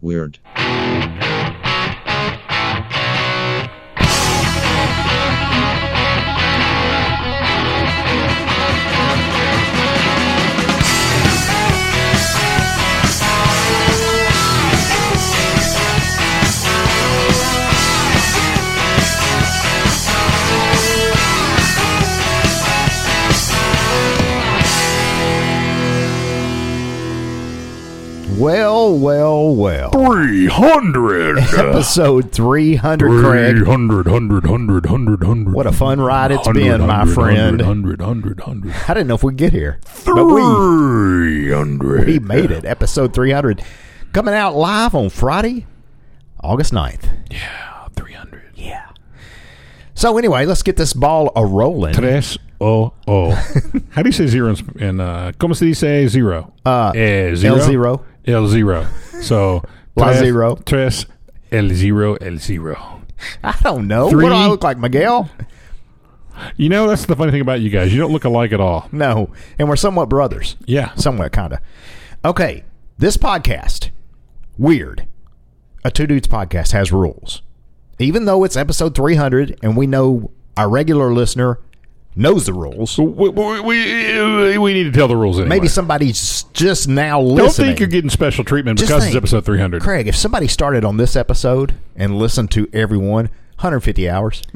Weird. Well, well, well. 300. Episode 300, Craig. 300, 100, 100, 100, 100. What a fun ride it's been, my friend. 100, 100, 100. I didn't know if we'd get here. But we, 300. we made it. Episode 300. Coming out live on Friday, August 9th. Yeah, 300. Yeah. So, anyway, let's get this ball a rolling. Tres, oh, oh. How do you say zero in, Sp- in uh, como se dice zero? Uh, eh, zero. El zero. El zero. So, La zero. Tres, el zero, el zero. I don't know. What do I Three. look like, Miguel? You know, that's the funny thing about you guys. You don't look alike at all. No. And we're somewhat brothers. Yeah. Somewhat, kind of. Okay. This podcast, weird. A Two Dudes podcast has rules. Even though it's episode 300 and we know our regular listener knows the rules, So we, we, we, we need to tell the rules anyway. maybe somebody's just now Don't listening. think you're getting special treatment Just because think, it's episode 300. Craig, if somebody started on this episode and listened to everyone, 150 hours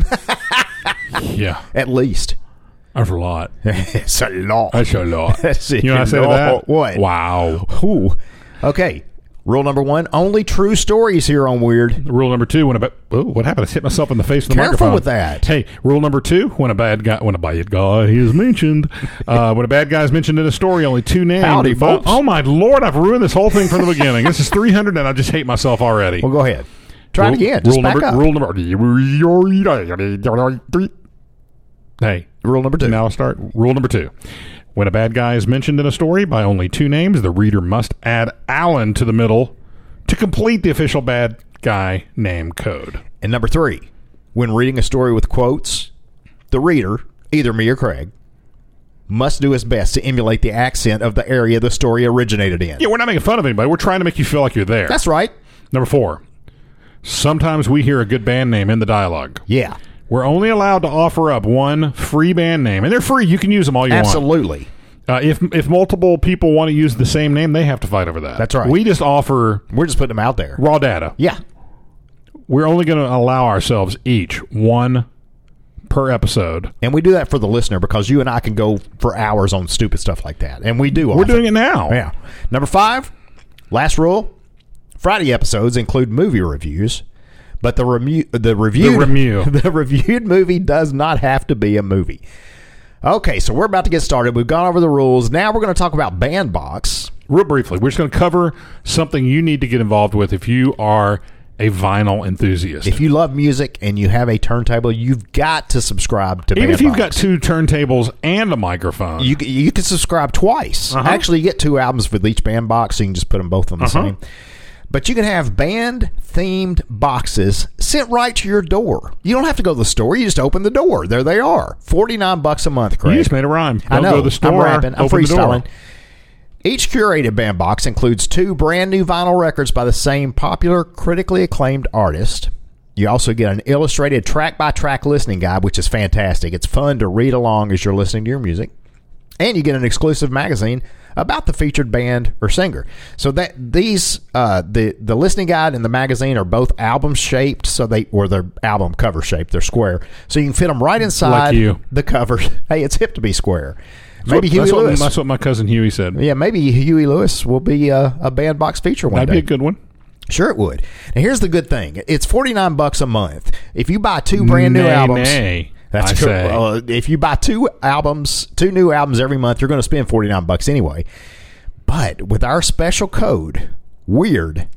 Yeah, at least. that's a lot. it's a lot. That's a lot. That's you know what I a said to lot. that? What? Wow. Ooh. Okay. Rule number one only true stories here on Weird. Rule number two: When a ba- oh, what happened? I just hit myself in the face with the Careful microphone. with that. Hey, rule number two: When a bad guy, when a bad guy is mentioned, uh, when a bad guy is mentioned in a story, only two names. Howdy, oh, folks. Oh my lord! I've ruined this whole thing from the beginning. this is 300, and I just hate myself already. Well, go ahead. Try rule, it again. Just rule back number. up. Rule number. Hey, Rule number two. Now I'll start rule number two. When a bad guy is mentioned in a story by only two names, the reader must add Alan to the middle to complete the official bad guy name code. And number three, when reading a story with quotes, the reader, either me or Craig, must do his best to emulate the accent of the area the story originated in. Yeah, we're not making fun of anybody. We're trying to make you feel like you're there. That's right. Number four. Sometimes we hear a good band name in the dialogue. Yeah, We're only allowed to offer up one free band name, and they're free. You can use them all you want. absolutely. Uh, if if multiple people want to use the same name, they have to fight over that. That's right. We just offer We're just putting them out there. raw data. Yeah, we're only going to allow ourselves each one per episode. and we do that for the listener because you and I can go for hours on stupid stuff like that, and we do. We're doing it now. Oh, Yeah. Number five, last rule: Friday episodes include movie reviews, but the remu- the reviewed remew. the reviewed movie does not have to be a movie. Okay, so we're about to get started. We've gone over the rules. Now we're going to talk about Bandbox. Real briefly, we're just going to cover something you need to get involved with if you are a vinyl enthusiast. If you love music and you have a turntable, you've got to subscribe to Even Bandbox. if you've got two turntables and a microphone, you, you can subscribe twice. Uh-huh. Actually, you get two albums with each band box, so you can just put them both on the same. But you can have band themed boxes sent right to your door. You don't have to go to the store. You just open the door. There they are. Forty nine bucks a month. Craig. You just made a rhyme. I Don't know. go to the I'm store, rapping. I'm open the door. freestyling. Each curated band box includes two brand new vinyl records by the same popular, critically acclaimed artist. You also get an illustrated track by track listening guide, which is fantastic. It's fun to read along as you're listening to your music. And you get an exclusive magazine about the featured band or singer. So that these uh, the the listening guide and the magazine are both album shaped, so they or they're album cover shaped. They're square, so you can fit them right inside you. the cover. Hey, it's hip to be square. Maybe that's, Huey what, Lewis. that's what my cousin Huey said. Yeah, maybe Huey Lewis will be a, a bandbox feature one That'd day. be a good one. sure, it would. Now, here's the good thing: it's forty nine bucks a month if you buy two brand new Nay, albums. nay, That's I cool. say. Uh, if you buy two albums, two new albums every month, you're going to spend forty nine bucks anyway. But with our special code, weird,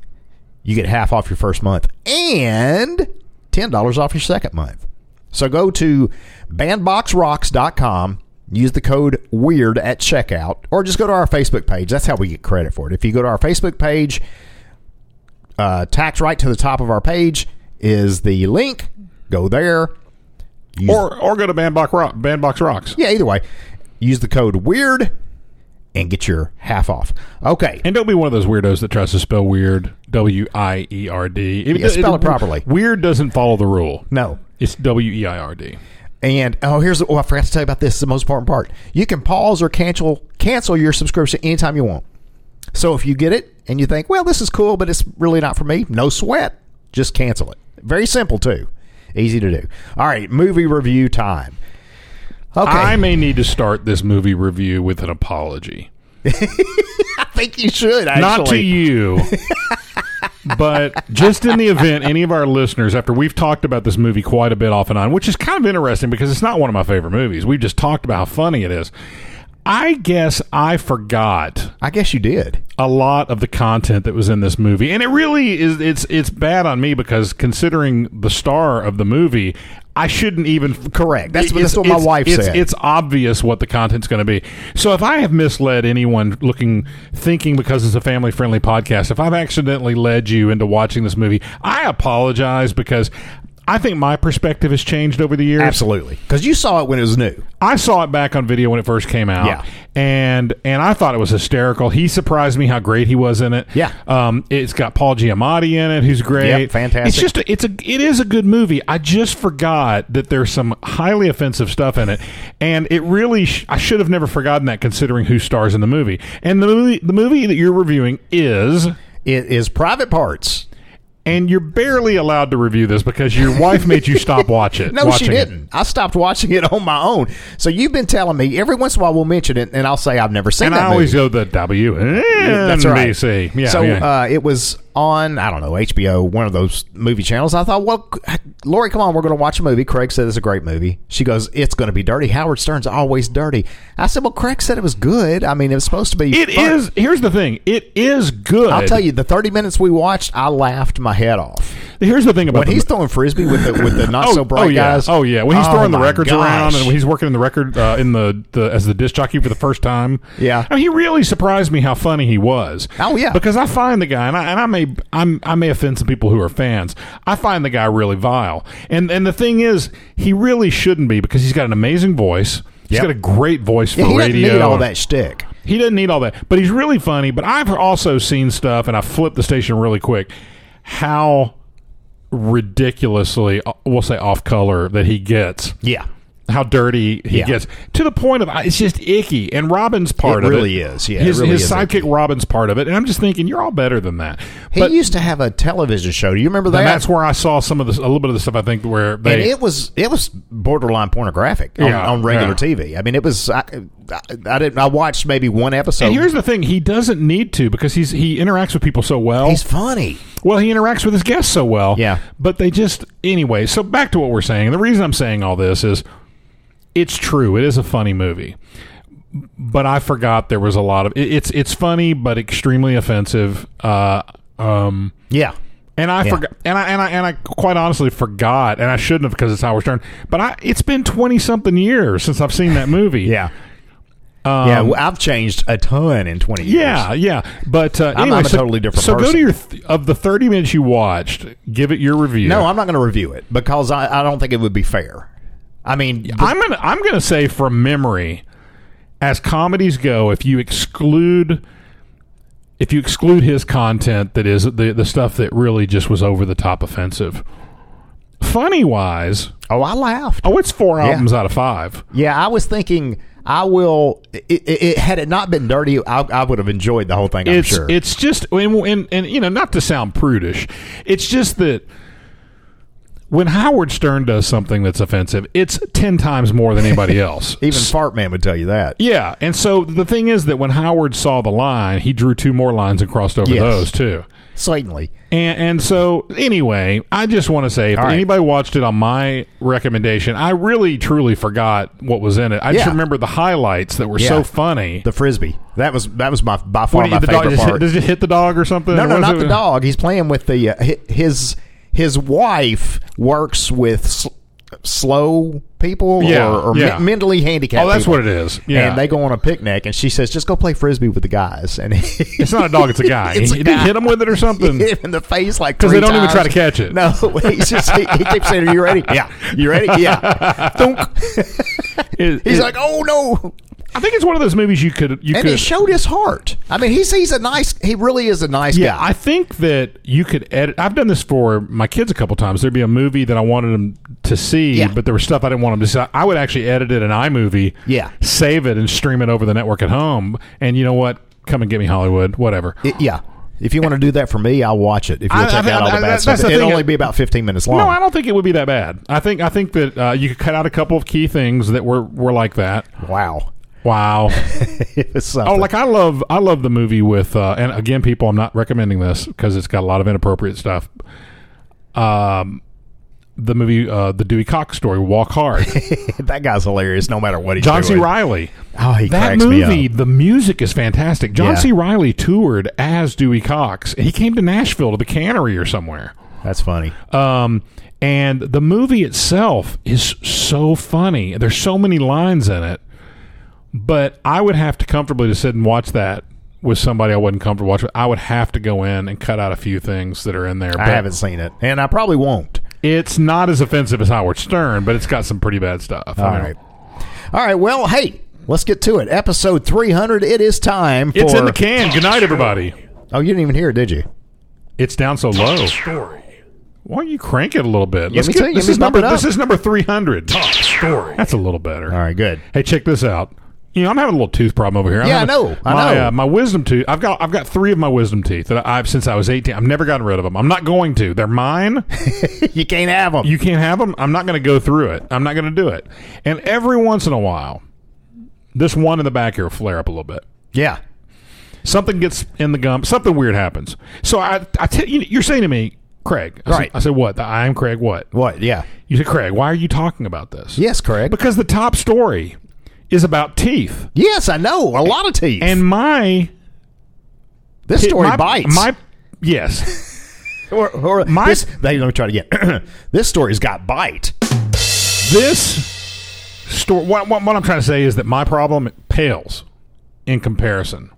you get half off your first month and ten dollars off your second month. So go to bandboxrocks.com, use the code weird at checkout, or just go to our Facebook page. That's how we get credit for it. If you go to our Facebook page, uh, tax right to the top of our page is the link. Go there. Use- Or or go to Bandbox Rock, Bandbox Rocks. yeah, either way, use the code WEIRD and get your half off. Okay. And don't be one of those weirdos that tries to spell weird W I E R D. If- Yeah, spell it properly. Weird doesn't follow the rule. No. It's W E I R D. And oh, here's oh, I forgot to tell you about this. The most important part: you can pause or cancel cancel your subscription anytime you want. So if you get it and you think, well, this is cool, but it's really not for me, no sweat. Just cancel it. Very simple too, easy to do. All right, movie review time. Okay, I i may need to start this movie review with an apology. think you should. Actually. Not to you. But just in the event any of our listeners, after we've talked about this movie quite a bit off and on, which is kind of interesting because it's not one of my favorite movies. We've just talked about how funny it is. I guess I forgot I guess you did. a lot of the content that was in this movie, and it really is. It's it's bad on me because considering the star of the movie, I shouldn't even. Correct. That's, It's- that's what my it's- wife it's, said. It's obvious what the content's going to be. So if I have misled anyone looking, thinking because it's a family friendly podcast, if I've accidentally led you into watching this movie, I apologize because. I think my perspective has changed over the years. absolutely because you saw it when it was new. I saw it back on video when it first came out. Yeah. And and I thought it was hysterical. He surprised me how great he was in it. Yeah. Um, it's got Paul Giamatti in it, who's great. Yep, fantastic. It's just a, it's a it is a good movie. I just forgot that there's some highly offensive stuff in it, and it really sh- I should have never forgotten that considering who stars in the movie. And the movie the movie that you're reviewing is. It is private parts. And you're barely allowed to review this because your wife made you stop watch it. No, she watching it. didn't. I stopped watching it on my own. So you've been telling me every once in a while we'll mention it, and I'll say I've never seen And that I movie. always go the W Yeah, that's right. NBC. Yeah, so yeah. Uh, it was on I don't know HBO, one of those movie channels. I thought, well, c- Lori, come on, we're going to watch a movie. Craig said it's a great movie. She goes, it's going to be dirty. Howard Stern's always dirty. I said, well, Craig said it was good. I mean, it was supposed to be. It is. fun. Here's the thing. It is good. I'll tell you, the thirty minutes we watched, I laughed my head off. Here's the thing about When the- he's throwing frisbee with the with the not oh, so bright oh, yeah. guys. Oh yeah. When he's Oh, throwing the my records around gosh. and when he's working in the record uh, in the, the as the disc jockey for the first time. Yeah. I mean, he really surprised me how funny he was. Oh, yeah. Because I find the guy and I, and I may I'm, I may offend some people who are fans. I find the guy really vile. And and the thing is, he really shouldn't be because he's got an amazing voice. He's Yep. got a great voice for yeah, he doesn't radio. need all that shtick. He doesn't need all that, but he's really funny. But I've also seen stuff, and I flipped the station really quick. How ridiculously, uh, we'll say, off color that he gets. Yeah, How dirty he Yeah. gets to the point of it's just icky. And Robin's part It of really it is. Yeah, it his, really his is sidekick Robin's part of it, and I'm just thinking you're all better than that. he but used to have a television show. Do you remember that? and that's where I saw some of this, a little bit of the stuff. I think where and they it was it was borderline pornographic on, Yeah, on regular yeah. TV. I mean, it was I, I, I didn't I watched maybe one episode. and here's the thing: he doesn't need to because he's he interacts with people so well. he's funny. Well, he interacts with his guests so well. Yeah. But they just anyway, so back to what we're saying. The reason I'm saying all this is it's true. It is a funny movie. But I forgot there was a lot of it- it's it's funny but extremely offensive. Uh um Yeah, and I Yeah. forgot, and I and I and I quite honestly forgot, and I shouldn't have because it's Howard Stern. But I, it's been twenty something years since I've seen that movie. yeah, yeah. well, I've changed a ton in twenty years. Um, Yeah, yeah. But uh, I'm anyway, a so, totally different So go person. to your th- of the thirty minutes you watched. Give it your review. No, I'm not going to review it because I, I don't think it would be fair. I mean, the- I'm gonna I'm gonna say from memory, as comedies go, if you exclude if you exclude his content that is the the stuff that really just was over the top offensive. Funny wise, oh, I laughed. oh, it's four albums out of five. Yeah, I was thinking I will. It, it, it, had it not been dirty, I, I would have enjoyed the whole thing. I'm it's sure. it's just and, and and you know not to sound prudish, it's just that. When Howard Stern does something that's offensive, it's ten times more than anybody else. Even Fart Man would tell you that. Yeah, and so the thing is that when Howard saw the line, he drew two more lines and crossed over Yes. those too. Certainly. And, and so anyway, I just want to say if All right. anybody watched it on my recommendation, I really truly forgot what was in it. I just Yeah. remember the highlights that were Yeah. so funny. The frisbee. That was that was my by far What, my the favorite dog, does, it- part. does it hit the dog or something? No, Or no, was not it- the dog. He's playing with the uh, hi- his his wife works with sl- slow people Yeah, or, or yeah. me- mentally handicapped. Oh, that's people. what it is. Yeah, And they go on a picnic, and she says, "Just go play frisbee with the guys." And he it's not a dog; it's a guy. It's a he, he guy. hit him with it or something. hit him in the face like 'Cause because they don't even try to catch it. No, he's just he, he keeps saying, "Are you ready? Yeah, you ready? Yeah." Thunk. It- He's it- like, "Oh no." I think it's one of those movies you could you and could it showed his heart. I mean, he's he's a nice. He really is a nice Yeah, guy. I think that you could edit. I've done this for my kids a couple times. There'd be a movie that I wanted them to see, Yeah. but there was stuff I didn't want them to see. I would actually edit it in iMovie, Yeah. save it and stream it over the network at home. And you know what? Come and get me Hollywood, whatever. It- yeah. If you want to do that for me, I'll watch it. If you I- will check I- out all I- the bad that's stuff, the it'll thing. only be about fifteen minutes long. No, I don't think it would be that bad. I think I think that uh, you could cut out a couple of key things that were were like that. wow. Wow. It's Oh, something. like I love I love the movie with uh, and again, people, I'm not recommending this because it's got a lot of inappropriate stuff. Um, the movie, uh, the Dewey Cox story, Walk Hard, that guy's hilarious. No matter what he's John C. doing. Riley. Oh, he That cracks me movie, the music is fantastic. John Yeah. C. Riley toured as Dewey Cox. He came to Nashville to the cannery or somewhere. That's funny. Um, and the movie itself is so funny. There's so many lines in it. But I would have to comfortably to sit and watch that with somebody I wasn't comfortable watching. I would have to go in and cut out a few things that are in there. But I haven't seen it, and I probably won't. It's not as offensive as Howard Stern, but it's got some pretty bad stuff. All right. All right. Well, hey, let's get to it. Episode 300. It is time for. It's in the can. Good night, everybody. oh, you didn't even hear it, did you? It's down so low. Why don't you crank it a little bit? Let's me tell get, you, this let me is bump number it up. this is number three hundred. Top story. That's a little better. All right, good. Hey, check this out. You know, I'm having a little tooth problem over here. I'm Yeah, I having- know. I my, know. Uh, my wisdom tooth. I've got. I've got three of my wisdom teeth that I've since I was 18. I've never gotten rid of them. I'm not going to. They're mine. you can't have them. you can't have them. I'm not going to go through it. I'm not going to do it. And every once in a while, this one in the back here will flare up a little bit. yeah. Something gets in the gum. Something weird happens. So I, I tell you, you're saying to me, Craig. I Right. Said, I said what? I'm Craig. What? What? Yeah. You said Craig. Why are you talking about this? Yes, Craig. Because the top story is about teeth. yes, I know. A lot of teeth. And my this story my, bites. My yes, or, or my- this, they, let me try it again. this story's got bite. this story. What, what, what I'm trying to say is that my problem pales in comparison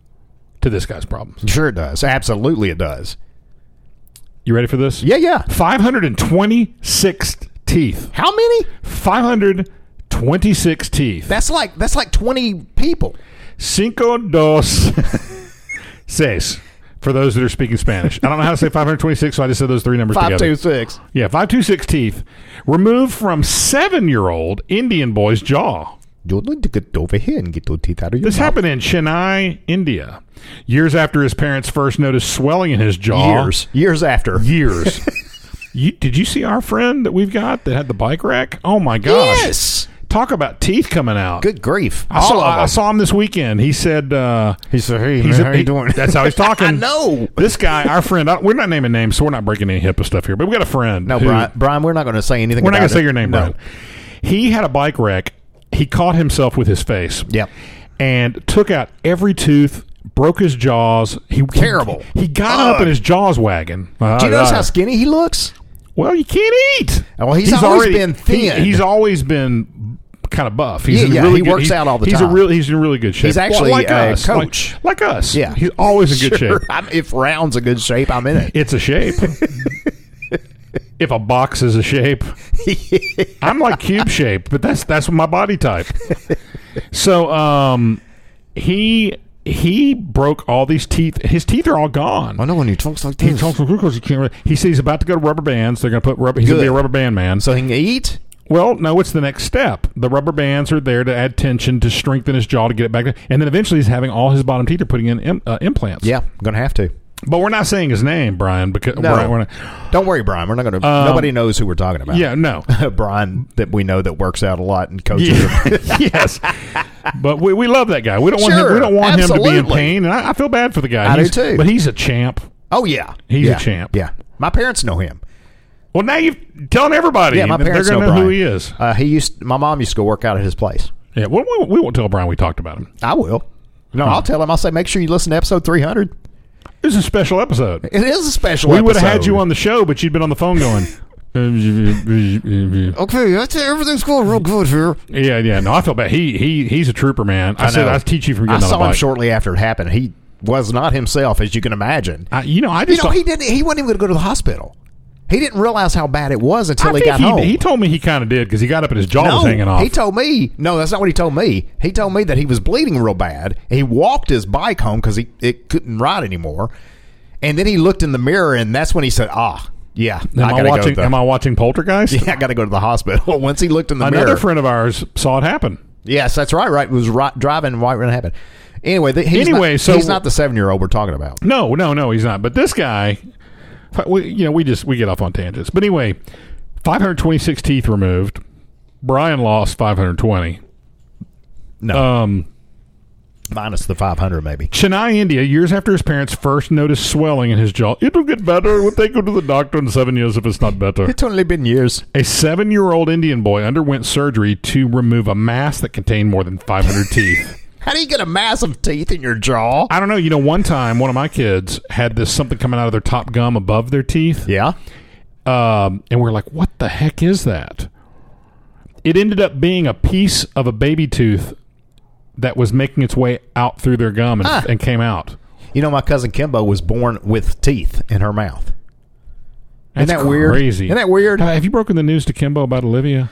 to this guy's problems. Sure, it does. Absolutely, it does. You ready for this? Yeah, yeah. 526 teeth. How many? 526 teeth. That's like that's like twenty people. Cinco dos seis. For those that are speaking Spanish, I don't know how to say 526, so I just said those three numbers Five, together. two, six. Yeah, 526 teeth removed from seven year old Indian boy's jaw. You need to get over here and get those teeth out of your This mouth. happened in Chennai, India, years after his parents first noticed swelling in his jaw. years, years after. Years. you, did you see our friend that we've got that had the bike wreck? Oh my gosh. Yes. Talk about teeth coming out. Good grief! I saw, I saw him this weekend. He said, uh, He said, "Hey, he's man, a- how you he- doing?" That's how he's talking. I know. This guy, our friend, I, we're not naming names, so we're not breaking any HIPAA stuff here, but we got a friend. No, who- Brian, Brian, we're not going to say anything. We're not going going to to say your name, no. Brian. He had a bike wreck. He caught himself with his face. Yep. And took out every tooth, broke his jaws. He Terrible. He, he got up Ugh. and his jaws wagging. Do you notice how skinny he looks? well you can't eat? Well, he's always been thin. he- he's always been kind of buff. He's Yeah, in yeah, really he good- works he's- out all the he's time. A real, he's in really good shape. He's actually like a us, like- coach. like, us. Yeah, he's always in good Sure. shape. I'm, if round's a good shape, I'm in it. It's a shape. if a box is a shape, I'm like cube shape, but that's that's my body type. So um, he he broke all these teeth. His teeth are all gone. know when he talks like He talks with glucose. He can't. re- He says he's about to go to rubber bands. They're going to put rubber. He's going to be a Good. rubber band man. so he can eat. Well, no, what's the next step? The rubber bands are there to add tension to strengthen his jaw to get it back. And then eventually he's having all his bottom teeth are putting in im- uh, implants. Yeah, I'm going to have to. But we're not saying his name, Brian, because No. Brian, we're not, Don't worry, Brian. We're not going to. nobody knows who we're talking about. Um, Yeah, no. Brian that we know that works out a lot and coaches. yes. But we, we love that guy. We don't want him Sure, we don't want him to be absolutely. in pain and I, I feel bad for the guy. I do He's- too. But he's a champ. Oh yeah, He's a Yeah. champ. Yeah, my parents know him. Well now you've telling everybody Yeah, my that they're parents gonna know Brian. who he is. Uh, he used. My mom used to go work out at his place. Yeah. Well we, we won't tell Brian we talked about him. I will. No, I'll tell him. I'll say, make sure you listen to episode three hundred. This is a special episode. It is a special. We would have had you on the show, but you'd been on the phone going Okay, that's everything's going real good here. Yeah, yeah. No, I feel bad. He he he's a trooper, man. I, said know. I teach you from I getting on a saw him bike. shortly after it happened. He was not himself, as you can imagine. I, you know, I You just know, don't- he didn't. He wasn't even going to go to the hospital. He didn't realize how bad it was until he got he, home. he told me he kind of did because he got up and his jaw no, was hanging off. he told me. No, that's not what he told me. He told me that he was bleeding real bad. He walked his bike home because he it couldn't ride anymore. And then he looked in the mirror, and that's when he said, "Ah, yeah, am I I, gotta watching? go." to the- am I watching Poltergeist? yeah, I got to go to the hospital." Once he looked in the Another mirror, friend of ours saw it happen. yes, that's right. Right, It was right, driving right when it happened. Anyway, the, he's Anyway, not, so- he's not the seven-year-old we're talking about. No, no, no, he's not. But this guy, we, you know, we just we get off on tangents. But anyway, 526 teeth removed. Brian lost 520. No, Um, minus the five hundred, maybe. Chennai, India, years after his parents first noticed swelling in his jaw, it'll get better when they go to the doctor in seven years if it's not better. It's only been years. A seven year old Indian boy underwent surgery to remove a mass that contained more than 500 teeth. How do you get a mass of teeth in your jaw? I don't know. You know, one time one of my kids had this something coming out of their top gum above their teeth. yeah, Um, and we're like, what the heck is that? It ended up being a piece of a baby tooth that was making its way out through their gum and, Ah. and came out. you know, my cousin Kimbo was born with teeth in her mouth. That's that weird? Crazy. Isn't that weird? Uh, have you broken the news to Kimbo about Olivia?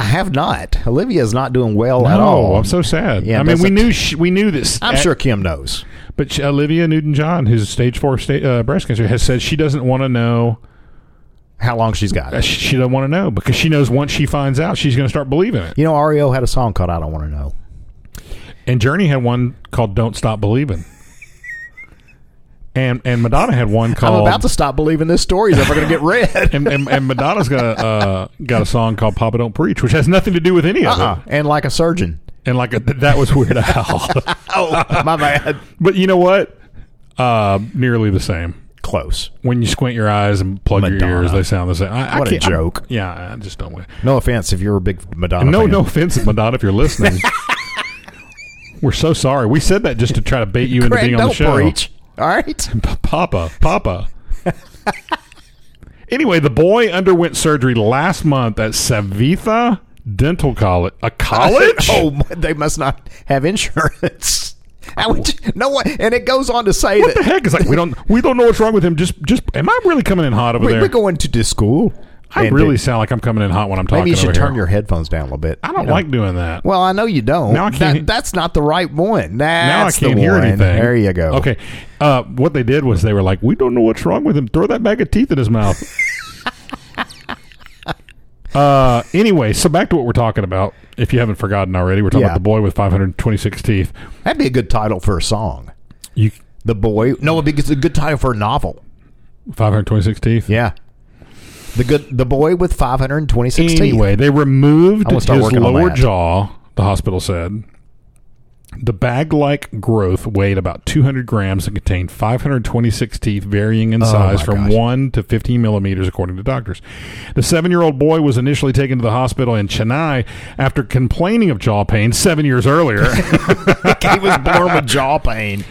I have not. Olivia is not doing well at No, all. I'm so sad. Yeah, I mean, that's we a- knew she, we knew this. I'm at- sure Kim knows. But she- Olivia Newton-John, who's stage four sta- uh, breast cancer, has said she doesn't want to know. how long she's got. uh, She she doesn't want to know because she knows once she finds out, she's going to start believing it. You know, REO had a song called "I Don't Want to Know." And Journey had one called "Don't Stop Believing," and and Madonna had one I'm called. about to stop believing this story is ever going to get read. and, and, and Madonna's got a uh, got a song called "Papa Don't Preach," which has nothing to do with any of Uh-uh. it. And like a surgeon. And like a, that was Weird Al. Oh, my bad. but you know what? Uh, nearly the same. Close. When you squint your eyes and plug your Madonna. ears, they sound the same. I, What I a can't, joke. yeah, I just don't want. No offense if you're a big Madonna. No, fan. no offense, Madonna, if you're listening. We're so sorry. We said that just to try to bait you into Craig, being on the don't show. preach. All right. P- Papa, Papa. anyway, the boy underwent surgery last month at Savitha Dental College. A college? Oh, they must not have insurance. I would, no one, and it goes on to say What the that heck? It's like we don't we don't know what's wrong with him. Just just am I really coming in hot over we, there? we're going to this school. I And really it- sound like I'm coming in hot when I'm talking. Maybe you should over turn here. your headphones down a little bit. I don't You know. like doing that. Well, I know you don't. Now I can't he- That, that's not the right one. now I That's can't the hear one. anything. There you go. Okay. Uh, what they did was they were like, "We don't know what's wrong with him. Throw that bag of teeth in his mouth." uh, anyway, so back to what we're talking about. If you haven't forgotten already, we're talking Yeah. about the boy with 526 teeth. That'd be a good title for a song. You The boy. No, it'd be it's a good title for a novel. 526 teeth. Yeah. The good the boy with 526 teeth. Anyway, they I'm removed gonna his start working on lower that. jaw. The hospital said. The bag-like growth weighed about 200 grams and contained 526 teeth, varying in size Oh my from gosh. one to 15 millimeters, according to doctors. The seven-year-old boy was initially taken to the hospital in Chennai after complaining of jaw pain seven years earlier. he was born with jaw pain.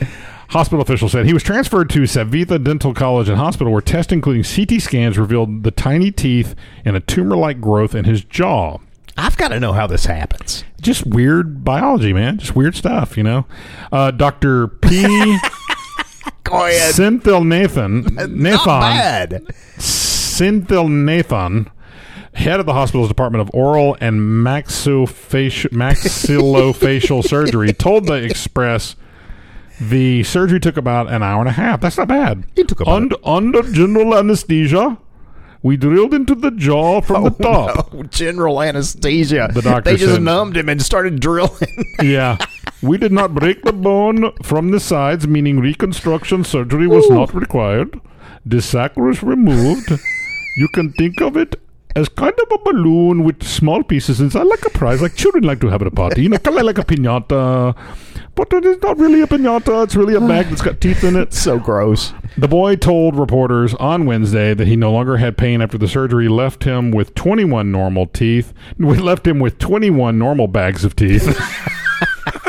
hospital officials said he was transferred to Savitha Dental College and Hospital, where tests including CT scans revealed the tiny teeth and a tumor-like growth in his jaw. I've got to know how this happens. just weird biology, man. Just weird stuff, you know. Uh, Doctor P. Go ahead. Senthil Nathan, Not Nathan, bad. Senthil Nathan, head of the hospital's department of oral and maxofacial, maxillofacial surgery, told the Express. The surgery took about an hour and a half. That's not bad. It took about Und- under general anesthesia. We drilled into the jaw from the top. Oh, No, general anesthesia. The doctor they just said- numbed him and started drilling. Yeah. We did not break the bone from the sides, meaning reconstruction surgery was not required. The sac was removed. You can think of it as kind of a balloon with small pieces inside, like a prize, like children like to have at a party, you know, kind of like a pinata. But it is not really a pinata, it's really a bag that's got teeth in it. so gross. The boy told reporters on Wednesday that he no longer had pain after the surgery left him with 21 normal teeth. We left him with 21 normal bags of teeth.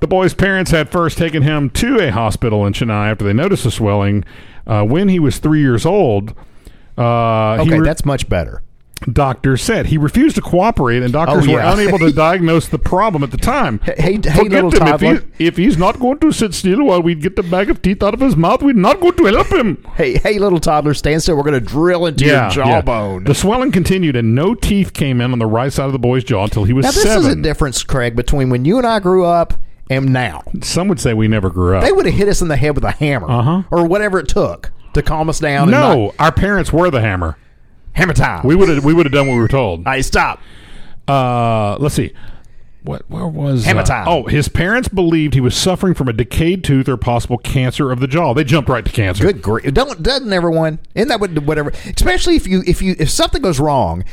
the boy's parents had first taken him to a hospital in Chennai after they noticed the swelling uh, when he was three years old. Uh, he Okay, re- that's much better. doctors said. He refused to cooperate, and doctors Oh, yeah. were unable to diagnose the problem at the time. Hey, hey, little him. If, toddler. he, if he's not going to sit still while we get the bag of teeth out of his mouth, we're not going to help him. Hey, hey, little toddler, stand still. We're going to drill into your jawbone. The swelling continued, and no teeth came in on the right side of the boy's jaw until he was Now, this seven. is a difference, Craig, between when you and I grew up and now. Some would say we never grew up. They would have hit us in the head with a hammer Uh-huh. or whatever it took to calm us down. and no, not- our parents were the hammer. hammer time. We would have we would have done what we were told. hey, stop. Uh, let's see. What where was Hammer time. oh, his parents believed he was suffering from a decayed tooth or possible cancer of the jaw. They jumped right to cancer. Good grief! Don't doesn't everyone? Isn't that what whatever? Especially if you if you if something goes wrong,